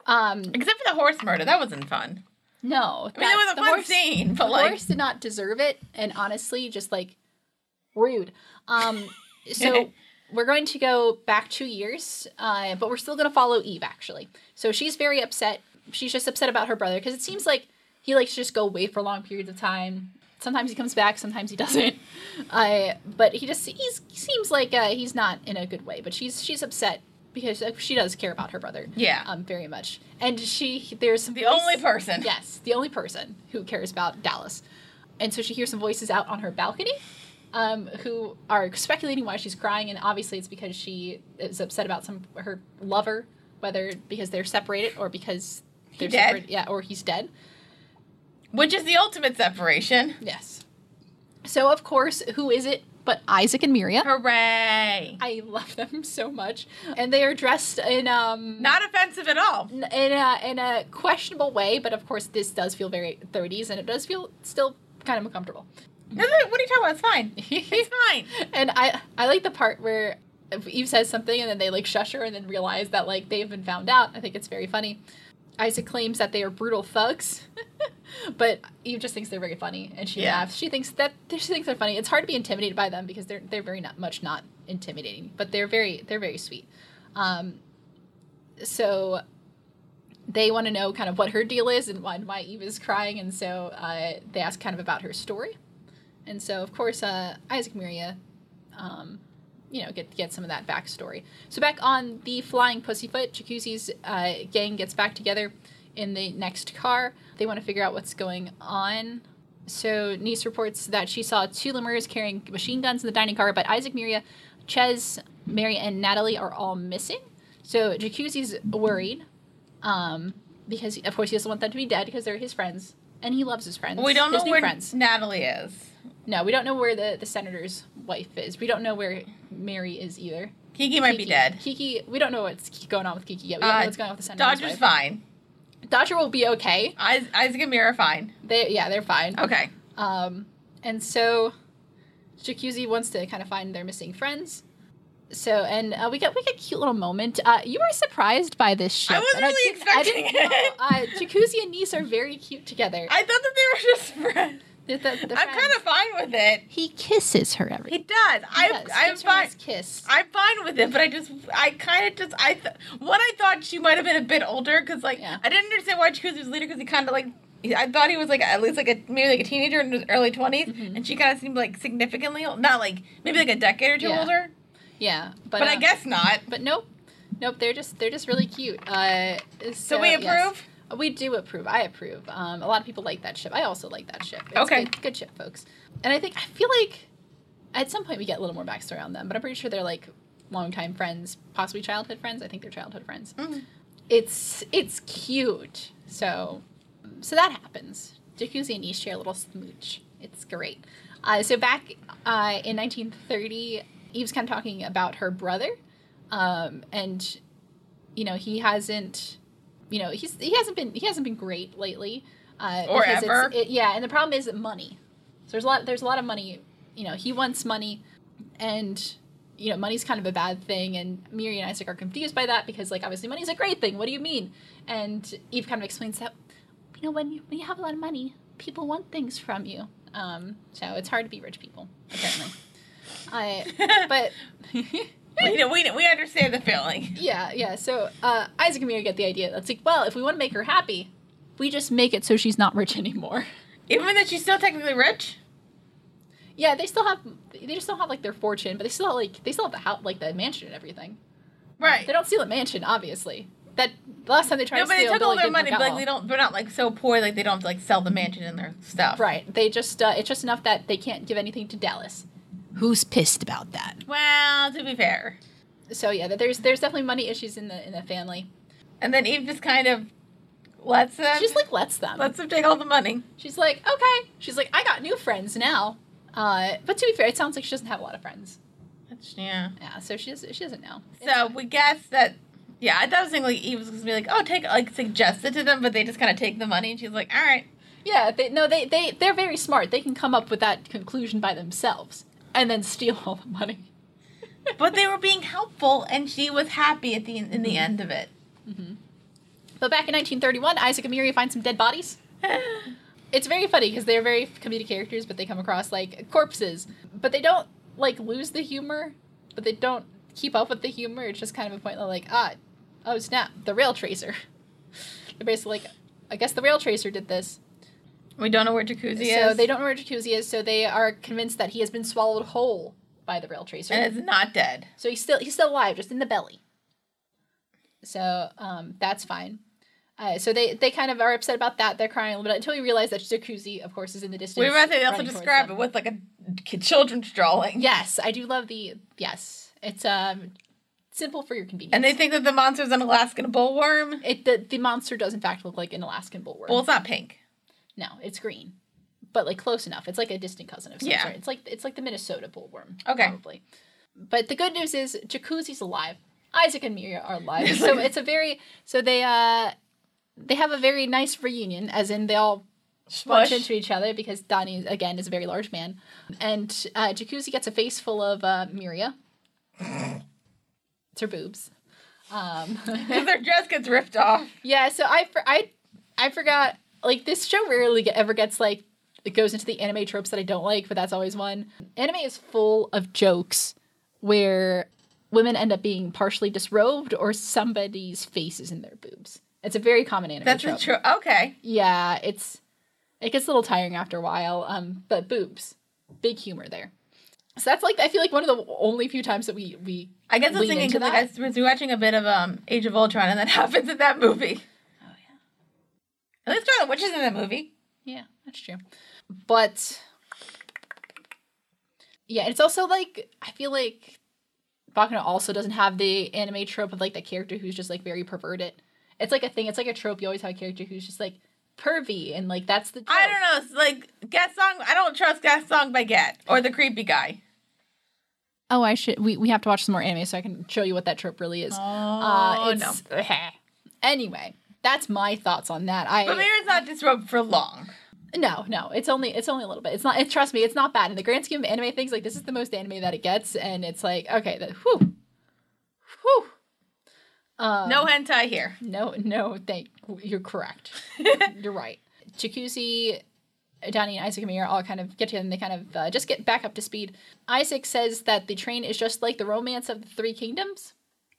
Um, except for the horse murder. That wasn't fun. no, I mean, that was a fun scene, but like, Morris did not deserve it, and honestly, just like rude. Um, so we're going to go back two years, uh, but we're still going to follow Eve actually. So she's very upset. She's just upset about her brother because it seems like he likes to just go away for long periods of time. Sometimes he comes back, sometimes he doesn't. Uh, but he just he's, he seems like uh, he's not in a good way. But she's she's upset because uh, she does care about her brother. Yeah. um, very much. And she there's some the only person. Yes, the only person who cares about Dallas. And so she hears some voices out on her balcony um, who are speculating why she's crying. And obviously, it's because she is upset about some her lover, whether because they're separated or because they're dead. separated. Yeah, or he's dead. Which is the ultimate separation. Yes. So, of course, who is it but Isaac and Miriam? Hooray! I love them so much. And they are dressed in. um. Not offensive at all. in a in a questionable way, but of course this does feel very 30s and it does feel still kind of uncomfortable. No, no, what are you talking about? It's fine. He's fine. And I I like the part where Eve says something and then they like shush her and then realize that like they've been found out. I think it's very funny. Isaac claims that they are brutal thugs, but Eve just thinks they're very funny and she Yeah. laughs. She thinks that she thinks they're funny. It's hard to be intimidated by them because they're they're very not much not intimidating, but they're very they're very sweet. Um, so they want to know kind of what her deal is and why, why Eve is crying, and so uh, they ask kind of about her story. And so, of course, uh, Isaac Miria, um, you know, get get some of that backstory. So back on the flying pussyfoot, Jacuzzi's uh, gang gets back together in the next car. They want to figure out what's going on. So Nice reports that she saw two lemurs carrying machine guns in the dining car, but Isaac Miria, Ches, Mary, and Natalie are all missing. So Jacuzzi's worried um, because, of course, he doesn't want them to be dead because they're his friends, and he loves his friends. We don't his know new where friends. Natalie is. No, we don't know where the, the senator's wife is. We don't know where Mary is either. Kiki might be Kiki- dead. Kiki, we don't know what's k- going on with Kiki yet. We don't Uh, know what's going on with the senator's Dodger's wife. fine. Dodger will be okay. Is- Isaac and Mira are fine. They yeah, they're fine. Okay. Um, and so Jacuzzi wants to kind of find their missing friends. So and uh, we got we got a cute little moment. Uh, you were surprised by this ship. I and wasn't really didn't- I expecting didn't it. know. Uh, Jacuzzi and Nice are very cute together. I thought that they were just friends. They're the- the I'm friends. kind of fine with it. he kisses her every. He does. I, Yes, I'm gives her a fine. nice kiss. I'm fine with it, but I just, I kind of just, I, th- what I thought she might have been a bit older, because like, Yeah. I didn't understand why Jacuzzi was leader, because he kind of like, he- I thought he was like at least like a maybe like a teenager in his early 20s and she kind of seemed like significantly old, not like maybe like a decade or two Yeah. older, Yeah, but, but, I uh, guess not. but nope, nope. They're just they're just really cute. Uh, so, So we approve. yes. We do approve. I approve. Um, a lot of people like that ship. I also like that ship. It's Okay. good, good ship, folks. And I think I feel like at some point we get a little more backstory on them, but I'm pretty sure they're like longtime friends, possibly childhood friends. I think they're childhood friends. Mhm. It's it's cute. So so that happens. Jacuzzi and East share a little smooch. It's great. Uh, so back uh, in 1930, Eve's kind of talking about her brother, um, and you know he hasn't, you know he's he hasn't been he hasn't been great lately. Uh, Or because it's- ever. it- yeah, and the problem is money. So there's a lot there's a lot of money. You know he wants money, and you know money's kind of a bad thing. And Miri and Isaac are confused by that because like obviously money's a great thing. What do you mean? And Eve kind of explains that you know, when you, when you have a lot of money, people want things from you. Um, so it's hard to be rich people, apparently. I, but we, know- we, know- we understand the feeling. yeah, yeah. So uh, Isaac and Mary get the idea. That's like, well, if we want to make her happy, we just make it so she's not rich anymore. Even though she's still technically rich, Yeah, they still have, they just don't have like their fortune, but they still like they still have the house, like the mansion and everything. right? They don't steal a mansion, obviously. That the last time they tried No, to but they steal, took Billy all their didn't money. work But out like well. they don't, they're not like so poor. Like they don't have to like sell the mansion and their stuff. Right. They just uh, it just enough that they can't give anything to Dallas. Who's pissed about that? Well, to be fair, so yeah, that there's there's definitely money issues in the in the family. and then Eve just kind of lets them. She just like lets them. Um, lets them take all the money. She's like, okay. She's like, I got new friends now. Uh, but to be fair, it sounds like she doesn't have a lot of friends. That's, yeah. Yeah, so she does, she doesn't know. It's So fine. we guess that. Yeah, I thought I was thinking like Eve was gonna be like, oh, take like suggest it to them, but they just kind of take the money, and she's like, all right. yeah, they no, they they they're very smart. They can come up with that conclusion by themselves and then steal all the money. But they were being helpful, and she was happy at the in Mm-hmm. the end of it. But back in 1931, Isaac and Miri find some dead bodies. It's very funny because they're very comedic characters, but they come across like corpses. But they don't like lose the humor, but they don't keep up with the humor. It's just kind of a point of like, ah, oh snap, the rail tracer. They're basically like, I guess the rail tracer did this. We don't know where Jacuzzi is. So they don't know where Jacuzzi is, so they are convinced that he has been swallowed whole by the rail tracer. And it's not dead. So he's still he's still alive, just in the belly. So um, that's fine. Uh, so they they kind of are upset about that. They're crying a little bit until you realize that Jacuzzi, of course, is in the distance. We were about to say they also running towards describe it them. with like a k- children's drawing. Yes, I do love the yes. It's um simple for your convenience. And they think that the monster's an Alaskan bullworm. it the, the monster does in fact look like an Alaskan bullworm. Well, it's not pink. no, it's green, but like close enough. It's like a distant cousin of some Yeah. sort. It's like it's like the Minnesota bullworm. Okay. probably. But the good news is Jacuzzi's alive. Isaac and Miria are alive. so it's a very so they uh they have a very nice reunion, as in they all Smush. punch into each other because Donnie again is a very large man, and uh, Jacuzzi gets a face full of uh, Miria. it's her boobs. Um, Because their dress gets ripped off. yeah, so I for, I I forgot like this show rarely get, ever gets like it goes into the anime tropes that I don't like, but that's always one. Anime is full of jokes where women end up being partially disrobed or somebody's face is in their boobs. It's a very common anime That's trope. a true. Okay. yeah, it's it gets a little tiring after a while. Um, but boobs, big humor there. So that's like I feel like one of the only few times that we we I guess I was lean thinking into because like, that. I was watching a bit of um Age of Ultron and that happens in that movie. Oh, yeah. At least there are the witches in that movie. Yeah, that's true. But yeah, it's also like I feel like Bakuna also doesn't have the anime trope of like that character who's just like very perverted. It's like a thing. It's like a trope. You always have a character who's just like pervy, and like that's the. Trope. I don't know. It's like Get Song. I don't trust Get Song by Get or the creepy guy. Oh, I should. We we have to watch some more anime so I can show you what that trope really is. Uh, Oh, it's- Anyway, that's my thoughts on that. I But Mira's not disrobed for long. No, no, it's only it's only a little bit. It's not. It, trust me, it's not bad in the grand scheme of anime things. Like this is the most anime that it gets, and it's like okay, that whew, whew. Um, No hentai here. no, no, thank you're correct. you're right. Chikuzi, Donnie, and Isaac and Amir all kind of get together and they kind of uh, just get back up to speed. Isaac says that the train is just like the romance of the Three Kingdoms.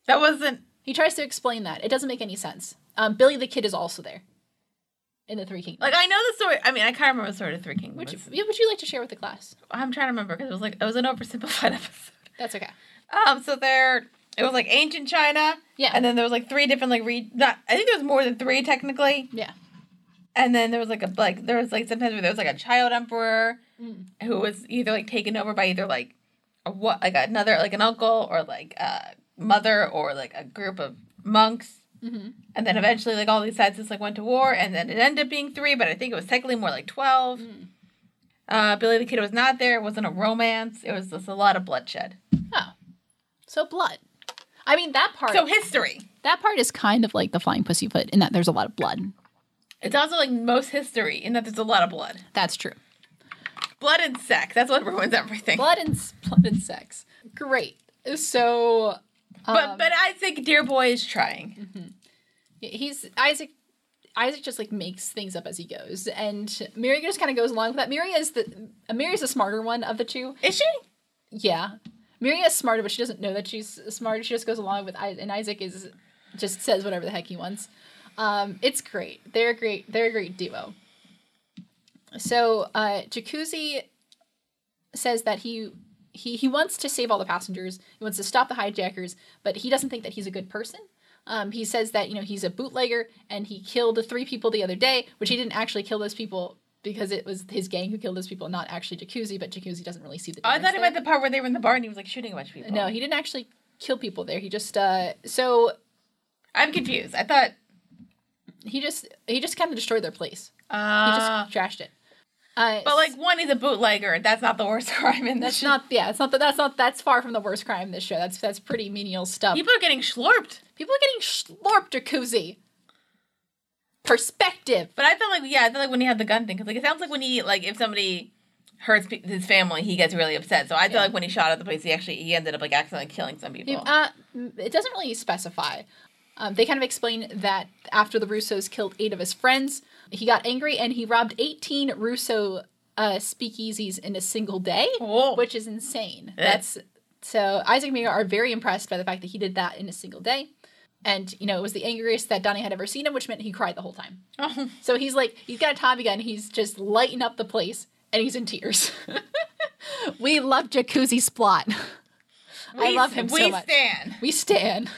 That wasn't. He tries to explain that. It doesn't make any sense. Um, Billy the Kid is also there in the Three Kingdoms. Like I know the story. I mean, I kind of remember the story of Three Kingdoms. Would you, yeah, would you like to share with the class? I'm trying to remember because it was like it was an oversimplified episode. That's okay. Um, so there it was like ancient China. Yeah. And then there was like three different like re not I think there was more than three technically. Yeah. And then there was like a like there was like sometimes where there was like a child emperor who was either like taken over by either like a what like another like an uncle or like a mother or like a group of monks. And then eventually, like all these sides just like went to war, and then it ended up being three, but I think it was technically more like twelve. Uh, Billy the Kid was not there. It wasn't a romance. It was just a lot of bloodshed. Oh. So blood. I mean that part So history. that part is kind of like the flying pussyfoot in that there's a lot of blood. It's also like most history in that there's a lot of blood. That's true. Blood and sex. That's what ruins everything. Blood and s- blood and sex. Great. So um, but but Isaac, dear boy, is trying. he's Isaac Isaac just like makes things up as he goes, and Miria just kind of goes along with that. Miria is the Miria's the smarter one of the two. Is she? Yeah, Miria is smarter, but she doesn't know that she's smarter. She just goes along with, I- and Isaac is just says whatever the heck he wants. Um, it's great. They're a great. They're a great duo. So uh, Jacuzzi says that he he he wants to save all the passengers. He wants to stop the hijackers, but he doesn't think that he's a good person. Um, he says that you know he's a bootlegger and he killed three people the other day, which he didn't actually kill those people because it was his gang who killed those people, not actually Jacuzzi. But Jacuzzi doesn't really see the. Oh, I difference thought it there. meant the part where they were in the bar and he was like shooting a bunch of people. No, he didn't actually kill people there. He just uh so I'm confused. I thought. he just he just kind of destroyed their place. He just Uh, trashed it. Uh, but like one, he's a bootlegger. That's not the worst crime in this. that's not yeah, it's not that that's not that's far from the worst crime in this show. That's that's pretty menial stuff. People are getting schlorped. People are getting slurped jacuzzi. Perspective. But I felt like yeah, I felt like when he had the gun thing because like it sounds like when he like if somebody hurts pe- his family, he gets really upset. So I feel like when he shot at the place, he actually he ended up like accidentally killing some people. Uh, it doesn't really specify. Um, they kind of explain that after the Russos killed eight of his friends, he got angry and he robbed 18 Russo uh, speakeasies in a single day, Whoa. Eh. which is insane. That's So Isaac and Mira are very impressed by the fact that he did that in a single day. And, you know, it was the angriest that Donnie had ever seen him, which meant he cried the whole time. Oh, So he's like, he's got a Tommy gun, he's just lighting up the place, and he's in tears. we love Jacuzzi's plot. I love him we so much. stand. We stand.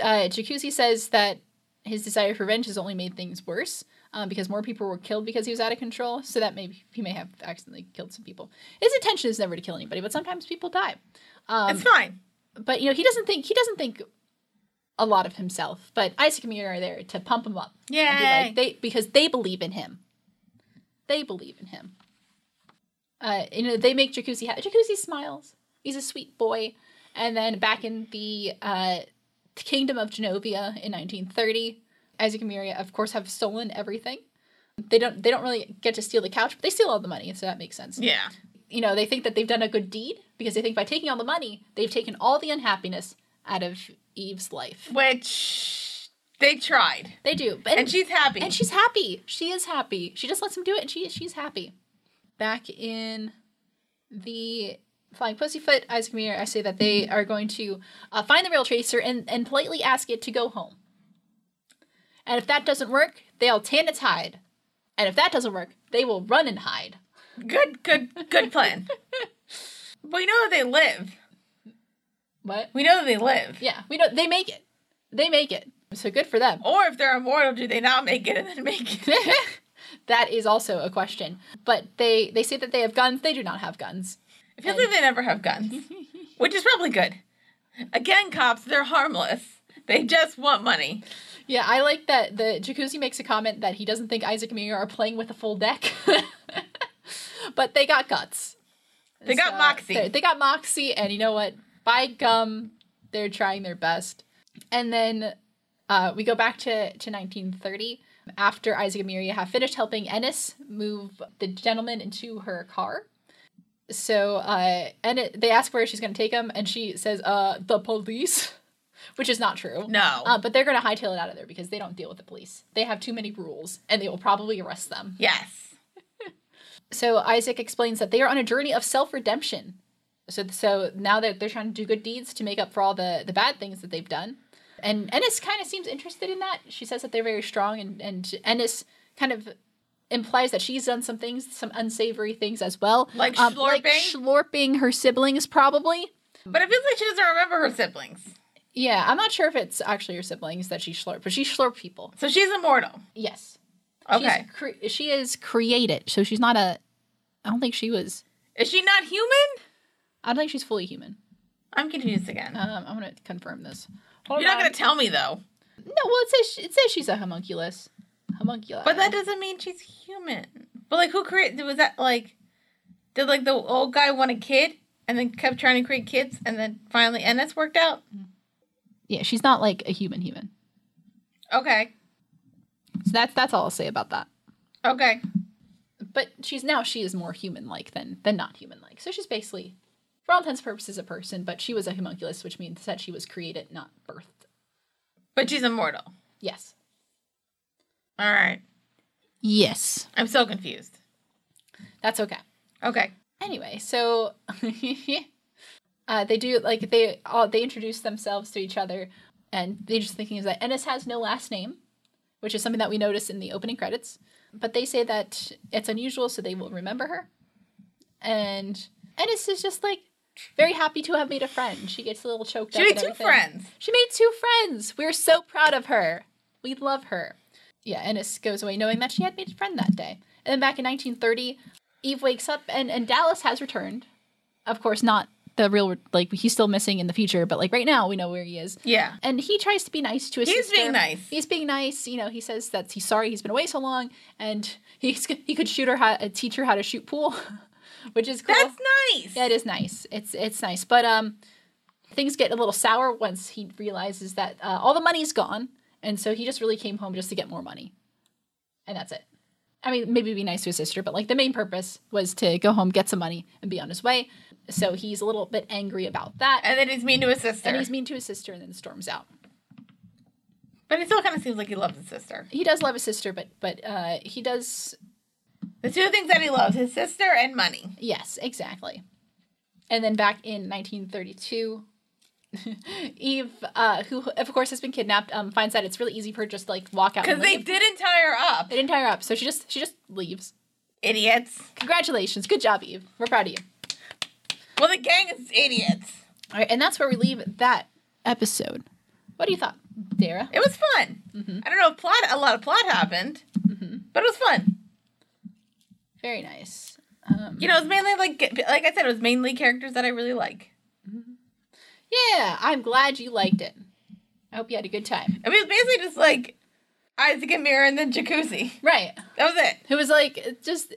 uh, Jacuzzi says that his desire for revenge has only made things worse um, because more people were killed because he was out of control. So that maybe he may have accidentally killed some people. His intention is never to kill anybody, but sometimes people die. Um, it's fine. but you know he doesn't think he doesn't think a lot of himself. But Isaac and Mira are there to pump him up. and be Yay. like, they because they believe in him. They believe in him. Uh, you know, they make Jacuzzi happy. Jacuzzi smiles. He's a sweet boy. And then back in the uh, kingdom of Genovia in 1930, Isaac and Miria, of course, have stolen everything. They don't. They don't really get to steal the couch, but they steal all the money, so that makes sense. yeah. You know, they think that they've done a good deed because they think by taking all the money, they've taken all the unhappiness out of Eve's life. Which they tried. They do, but And she's happy. And she's happy. She is happy. She just lets him do it, and she she's happy. Back in the Flying Pussyfoot, Isaac and Mira, I say that they are going to uh, find the rail tracer and, and politely ask it to go home. And if that doesn't work, they'll tan its hide. And if that doesn't work, they will run and hide. good, good, good plan. we know that they live. What? We know that they live. Yeah, we know they make it. They make it. So good for them. Or if they're immortal, do they not make it and then make it? that is also a question. But they they say that they have guns. They do not have guns. It feels like they never have guns, which is probably good. Again, cops, they're harmless. They just want money. Yeah, I like that the Jacuzzi makes a comment that he doesn't think Isaac and Mira are playing with a full deck. but they got guts. They got So, moxie. They, they got Moxie, and you know what? By gum, they're trying their best. And then uh, we go back to, to 1930 after Isaac and Mira have finished helping Ennis move the gentleman into her car. So uh, and it, they ask where she's going to take him, and she says, uh, the police, which is not true. No. Uh, but they're going to hightail it out of there because they don't deal with the police. They have too many rules and they will probably arrest them. yes. So Isaac explains that they are on a journey of self redemption. So, so now that they're trying to do good deeds to make up for all the, the bad things that they've done. And Ennis kind of seems interested in that. She says that they're very strong, and, and Ennis kind of implies that she's done some things, some unsavory things as well. Um, Like Like schlorping her siblings, probably. But it feels like she doesn't remember her siblings. Yeah, I'm not sure if it's actually her siblings that she slurped, but she slurped people. So she's immortal. Yes. Okay. She's cre- she is created, so she's not a. I don't think she was. Is she not human? I don't think she's fully human. I'm confused again. Um, I'm gonna confirm this. Hold You're not on. going to tell me, though. No, well, it says it says she's a homunculus. Homunculus. But that doesn't mean she's human. But, like, who created. Was that, like. Did, like, the old guy want a kid and then kept trying to create kids and then finally. And that's worked out? yeah, she's not like a human human. Okay. So that's that's all I'll say about that. Okay. But she's now she is more human like than than not human like. So she's basically, for all intents and purposes, a person. But she was a homunculus, which means that she was created, not birthed. But she's immortal. Yes. All right. Yes. I'm so confused. That's okay. Okay. anyway so uh, they do like they all they introduce themselves to each other and they just thinking is that ennis has no last name which is something that we notice in the opening credits but they say that it's unusual so they will remember her and ennis is just like very happy to have made a friend she gets a little choked She up made and two everything. friends. She made two friends. We're so proud of her. We love her. Yeah, Ennis goes away knowing that she had made a friend that day. And then back in 1930, Eve wakes up and, and Dallas has returned. Of course, not the real, like, he's still missing in the future, but like right now, we know where he is. Yeah. And he tries to be nice to his He's sister. being nice. He's being nice. You know, he says that he's sorry he's been away so long and he's, he could shoot her, how, uh, teach her how to shoot pool, which is cool. That's nice. Yeah, it is nice. It's it's nice, but um, things get a little sour once he realizes that uh, all the money's gone, and so he just really came home just to get more money, and that's it. I mean, maybe be nice to his sister, but like the main purpose was to go home, get some money, and be on his way. So he's a little bit angry about that, And then he's mean to his sister. and he's mean to his sister, and then storms out. but it still kind of seems like he loves his sister. He does love his sister, but but uh, he does The two things that he loves his sister and money. yes, exactly. And then back in 1932, Eve, uh, who of course has been kidnapped, um, finds that it's really easy for her just to, like walk out. Because and they leave. didn't tie her up. they didn't tie her up, so she just she just leaves. Idiots. Congratulations, good job, Eve. We're proud of you. Well, the gang is idiots. All right, and that's where we leave that episode. What do you thought, Dara? It was fun. Mm-hmm. I don't know if plot a lot of plot happened, but it was fun. Very nice. Um, You know, it was mainly like like I said, it was mainly characters that I really like. yeah, I'm glad you liked it. I hope you had a good time. I mean, it was basically just like Isaac and Mira and then Jacuzzi. Right. That was it. Who was like just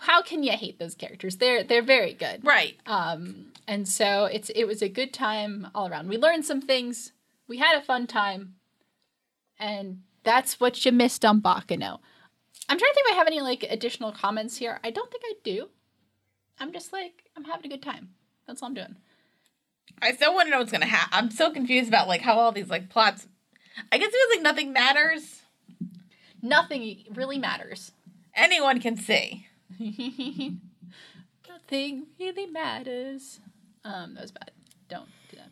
how can you hate those characters? They're they're very good. Right. Um, and so it's it was a good time all around. We learned some things. We had a fun time, and that's what you missed on Bacano. I'm trying to think if I have any like additional comments here. I don't think I do. I'm just like I'm having a good time. That's all I'm doing. I still want to know what's gonna happen. I'm so confused about like how all these like plots. I guess it was like nothing matters. Nothing really matters. Anyone can see. Nothing really matters. Um, that was bad. Don't do that.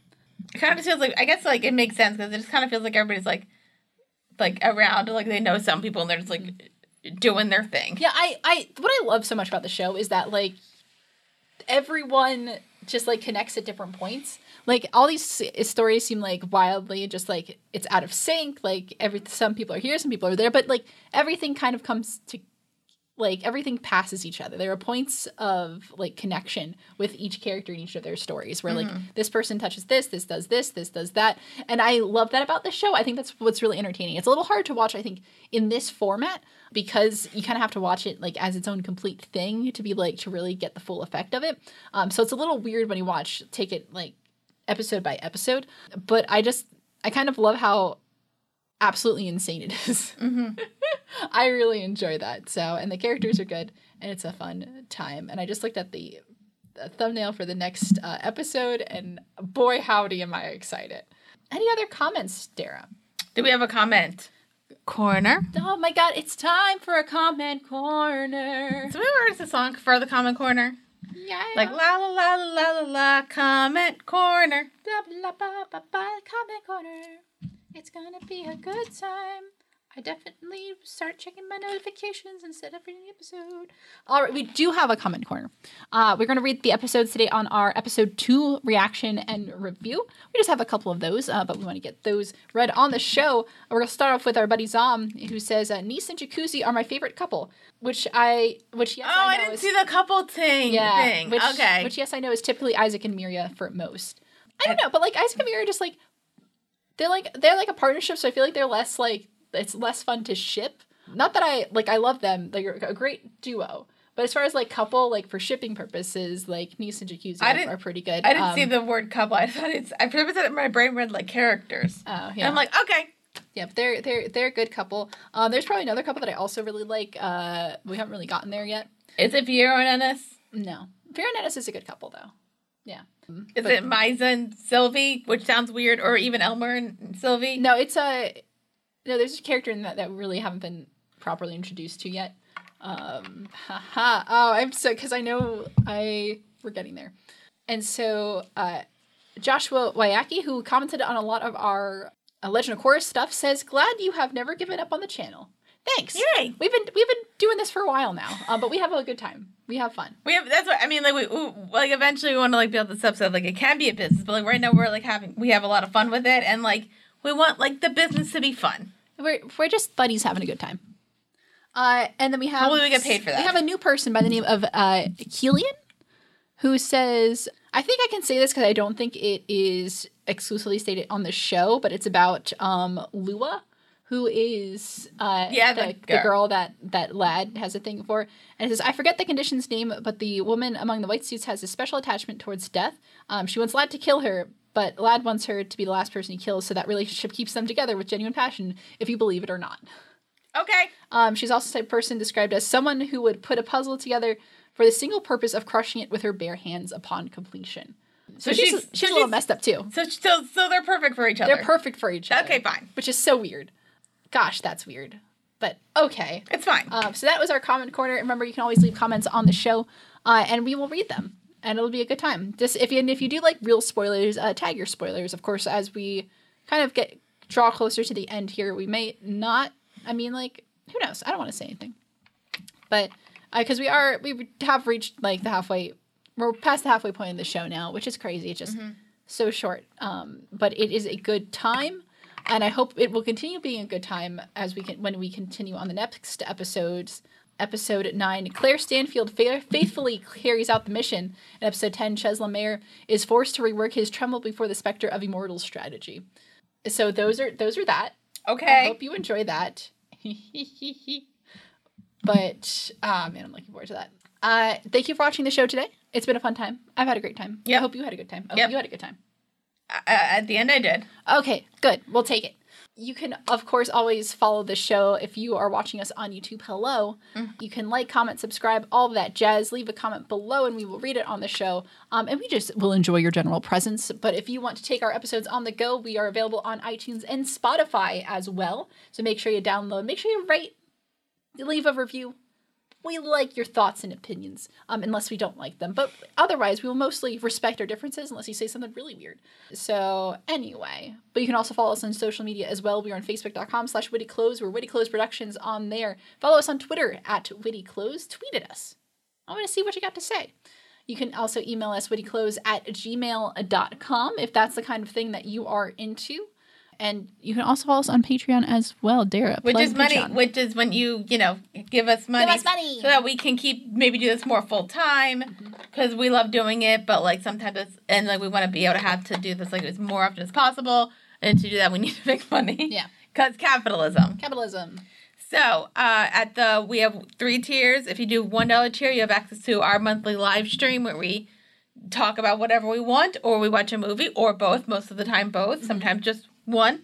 It kind of just feels like I guess like it makes sense because it just kind of feels like everybody's like like around like they know some people and they're just like doing their thing. Yeah, I, I, what I love so much about the show is that like everyone just like connects at different points. Like all these s- stories seem like wildly just like it's out of sync. Like every some people are here, some people are there, but like everything kind of comes to like everything passes each other. There are points of like connection with each character in each of their stories where like this person touches this, this does this, this does that. And I love that about this show. I think that's what's really entertaining. It's a little hard to watch, I think, in this format because you kind of have to watch it like as its own complete thing to be like to really get the full effect of it. Um, so it's a little weird when you watch, take it like episode by episode. But I just, I kind of love how absolutely insane it is. I really enjoy that. So, and the characters are good, and it's a fun time. And I just looked at the, the thumbnail for the next uh, episode, and boy, howdy, am I excited! Any other comments, Dara? Do we have a comment? Corner. Oh my god, it's time for a comment corner! So we were the song for the comment corner. Yeah, Like la la la la la la la comment corner. blah blah blah blah blah. Comment corner. It's gonna be a good time. I definitely start checking my notifications instead of reading the episode. All right, we do have a comment corner. Uh, we're gonna read the episodes today on our episode two reaction and review. We just have a couple of those, uh, but we want to get those read on the show. We're gonna start off with our buddy Zom, who says, uh, "Niece and Jacuzzi are my favorite couple," which I, which yes, Oh, I, I, know didn't is, see the couple thing yeah, thing. Which, okay. Which yes, I know is typically Isaac and Miria for most. I don't know, but like Isaac and Miria are just like they're like they're like a partnership, so I feel like they're less like it's less fun to ship. Not that I like I love them; they're a great duo. But as far as like couple, like for shipping purposes, like Nice and Jacuzzi I didn't- are pretty good. I didn't Um, see the word couple. I thought it's I purposed it in my brain read like characters. Oh And yeah, I'm like, okay. yeah, but they're they're they're a good couple. Um, there's probably another couple that I also really like. Uh, we haven't really gotten there yet. Is it Piero and Ennis? No, Vera and Ennis is a good couple though. Yeah, Is But- it Misa and Sylvie? Which sounds weird, or even Elmer and Sylvie? No, it's a no. There's a character in that that we really haven't been properly introduced to yet. Um, haha. Oh, I'm so because I know I we're getting there, and so uh, Joshua Wayaki, who commented on a lot of our uh, Legend of Chorus stuff, says, "Glad you have never given up on the channel. Thanks. Yay. We've been we've been doing this for a while now, uh, but we have a good time. We have fun. We have that's what I mean. Like we we- like eventually we want to like build this up so like it can be a business, but like right now we're like having we have a lot of fun with it, and like we want like the business to be fun. We're we're just buddies having a good time. Uh, and then we have Hopefully we get paid for that. We have a new person by the name of uh, Keelan, who says, "I think I can say this because I don't think it is exclusively stated on the show, but it's about um, Lua, who is uh, Yeah, the, the the girl. girl that that lad has a thing for." And it says, "I forget the condition's name, but the woman among the white suits has a special attachment towards death. Um, she wants Lad to kill her." But Lad wants her to be the last person he kills, so that relationship keeps them together with genuine passion, if you believe it or not. Okay, Um, she's also the type of person described as someone who would put a puzzle together for the single purpose of crushing it with her bare hands upon completion. So, So she's, she's, she's- so a little she's- messed up too. so so so they're perfect for each other. They're perfect for each other. Okay, fine. Which is so weird. Gosh, that's weird. But okay. It's fine. Um, so that was our comment corner. Remember, you can always leave comments on the show, uh, and we will read them. and it'll be a good time. Just if you, and if you do like real spoilers, uh, tag your spoilers. Of course, as we kind of get draw closer to the end here, we may not. I mean, like who knows? I don't want to say anything, but because we are we have reached like the halfway. We're past the halfway point of the show now, which is crazy. It's just so short, um, but it is a good time. And I hope it will continue being a good time as we can when we continue on the next episodes episode 9 claire stanfield fa- faithfully carries out the mission in episode 10 chesla mayer is forced to rework his tremble before the specter of immortals strategy so those are those are that i Okay. hope you enjoy that but uh, man i'm looking forward to that uh, thank you for watching the show today it's been a fun time i've had a great time i Yep. hope you had a good time i hope Yep. you had a good time I- I- Uh, at the end, I did. Okay, good. We'll take it. You can, of course, always follow the show if you are watching us on YouTube. Hello. You can like, comment, subscribe, all of that jazz. Leave a comment below and we will read it on the show. Um, and we just will enjoy your general presence. But if you want to take our episodes on the go, we are available on iTunes and Spotify as well. So make sure you download, make sure you rate, leave a review. We like your thoughts and opinions, um, unless we don't like them. But otherwise, we will mostly respect our differences unless you say something really weird. So anyway, but you can also follow us on social media as well. We are on facebook.com slash witty clothes. We're witty clothes productions on there. Follow us on Twitter at witty clothes. Tweet at us. I want to see what you got to say. You can also email us wittyclothes at gmail.com if that's the kind of thing that you are into. And you can also follow us on Patreon as well, Dara. Which plug is money. Patreon. Which is when you, you know, give us money. us money. Mm-hmm. So that we can keep, maybe do this more full time because we love doing it. But like sometimes it's, and like we want to be able to have to do this like as more often as possible. And to do that, we need to make money. Yeah. Because capitalism. Capitalism. So uh, at the we have three tiers. If you do one dollar tier, you have access to our monthly live stream where we talk about whatever we want, or we watch a movie, or both. Most of the time, Mm-hmm. both. Sometimes just one.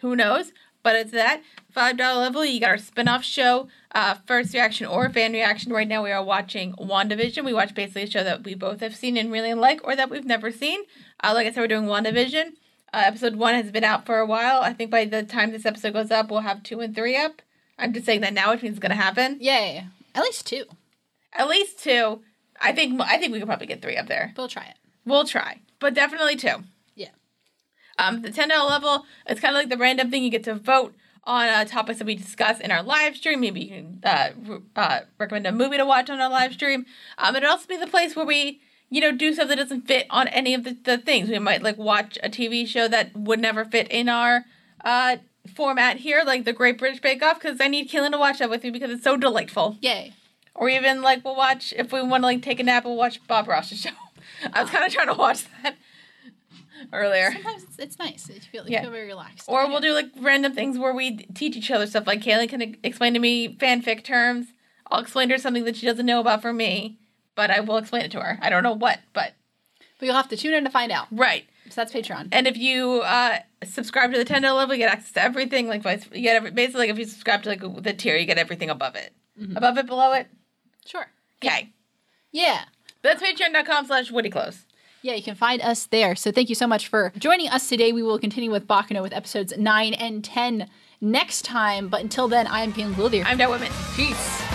Who knows? But it's that five dollar level. You got our spin off show, uh, first reaction or fan reaction. Right now, we are watching WandaVision. We watch basically a show that we both have seen and really like, or that we've never seen. Uh, like I said, we're doing WandaVision. Uh, episode one has been out for a while. I think by the time this episode goes up, we'll have two and three up. I'm just saying that now, which means it's gonna happen. Yay. At least two. At least two. I think I think we could probably get three up there. We'll try it. We'll try, but definitely two. Yeah. Um, the ten dollar level, it's kind of like the random thing you get to vote on uh, topics that we discuss in our live stream. Maybe you can uh, re- uh, recommend a movie to watch on our live stream. Um, it'd also be the place where we, you know, do stuff that doesn't fit on any of the, the things. We might like watch a TV show that would never fit in our uh, format here, like The Great British Bake Off, because I need Keelan to watch that with me because it's so delightful. Yay. Or even like we'll watch if we want to like take a nap, we'll watch Bob Ross's show. I was kind of trying to watch that earlier. Sometimes it's, it's nice. You feel, you Yeah. feel very relaxed. Or we'll do like random things where we teach each other stuff. Like Kaylin can explain to me fanfic terms. I'll explain to her something that she doesn't know about from me, but I will explain it to her. I don't know what, but But you'll have to tune in to find out. right. So that's Patreon. And if you uh, subscribe to the ten dollar level, you get access to everything. Like vice, you get every, basically like if you subscribe to like the tier, you get everything above it, above it, below it. Sure. Okay, Yeah. that's Patreon.com/slash Woody Close. Yeah, you can find us there. So thank you so much for joining us today. We will continue with Bacano with episodes 9 and 10 next time. But until then, I am Pam Gluthier. I'm Dead Women. Peace.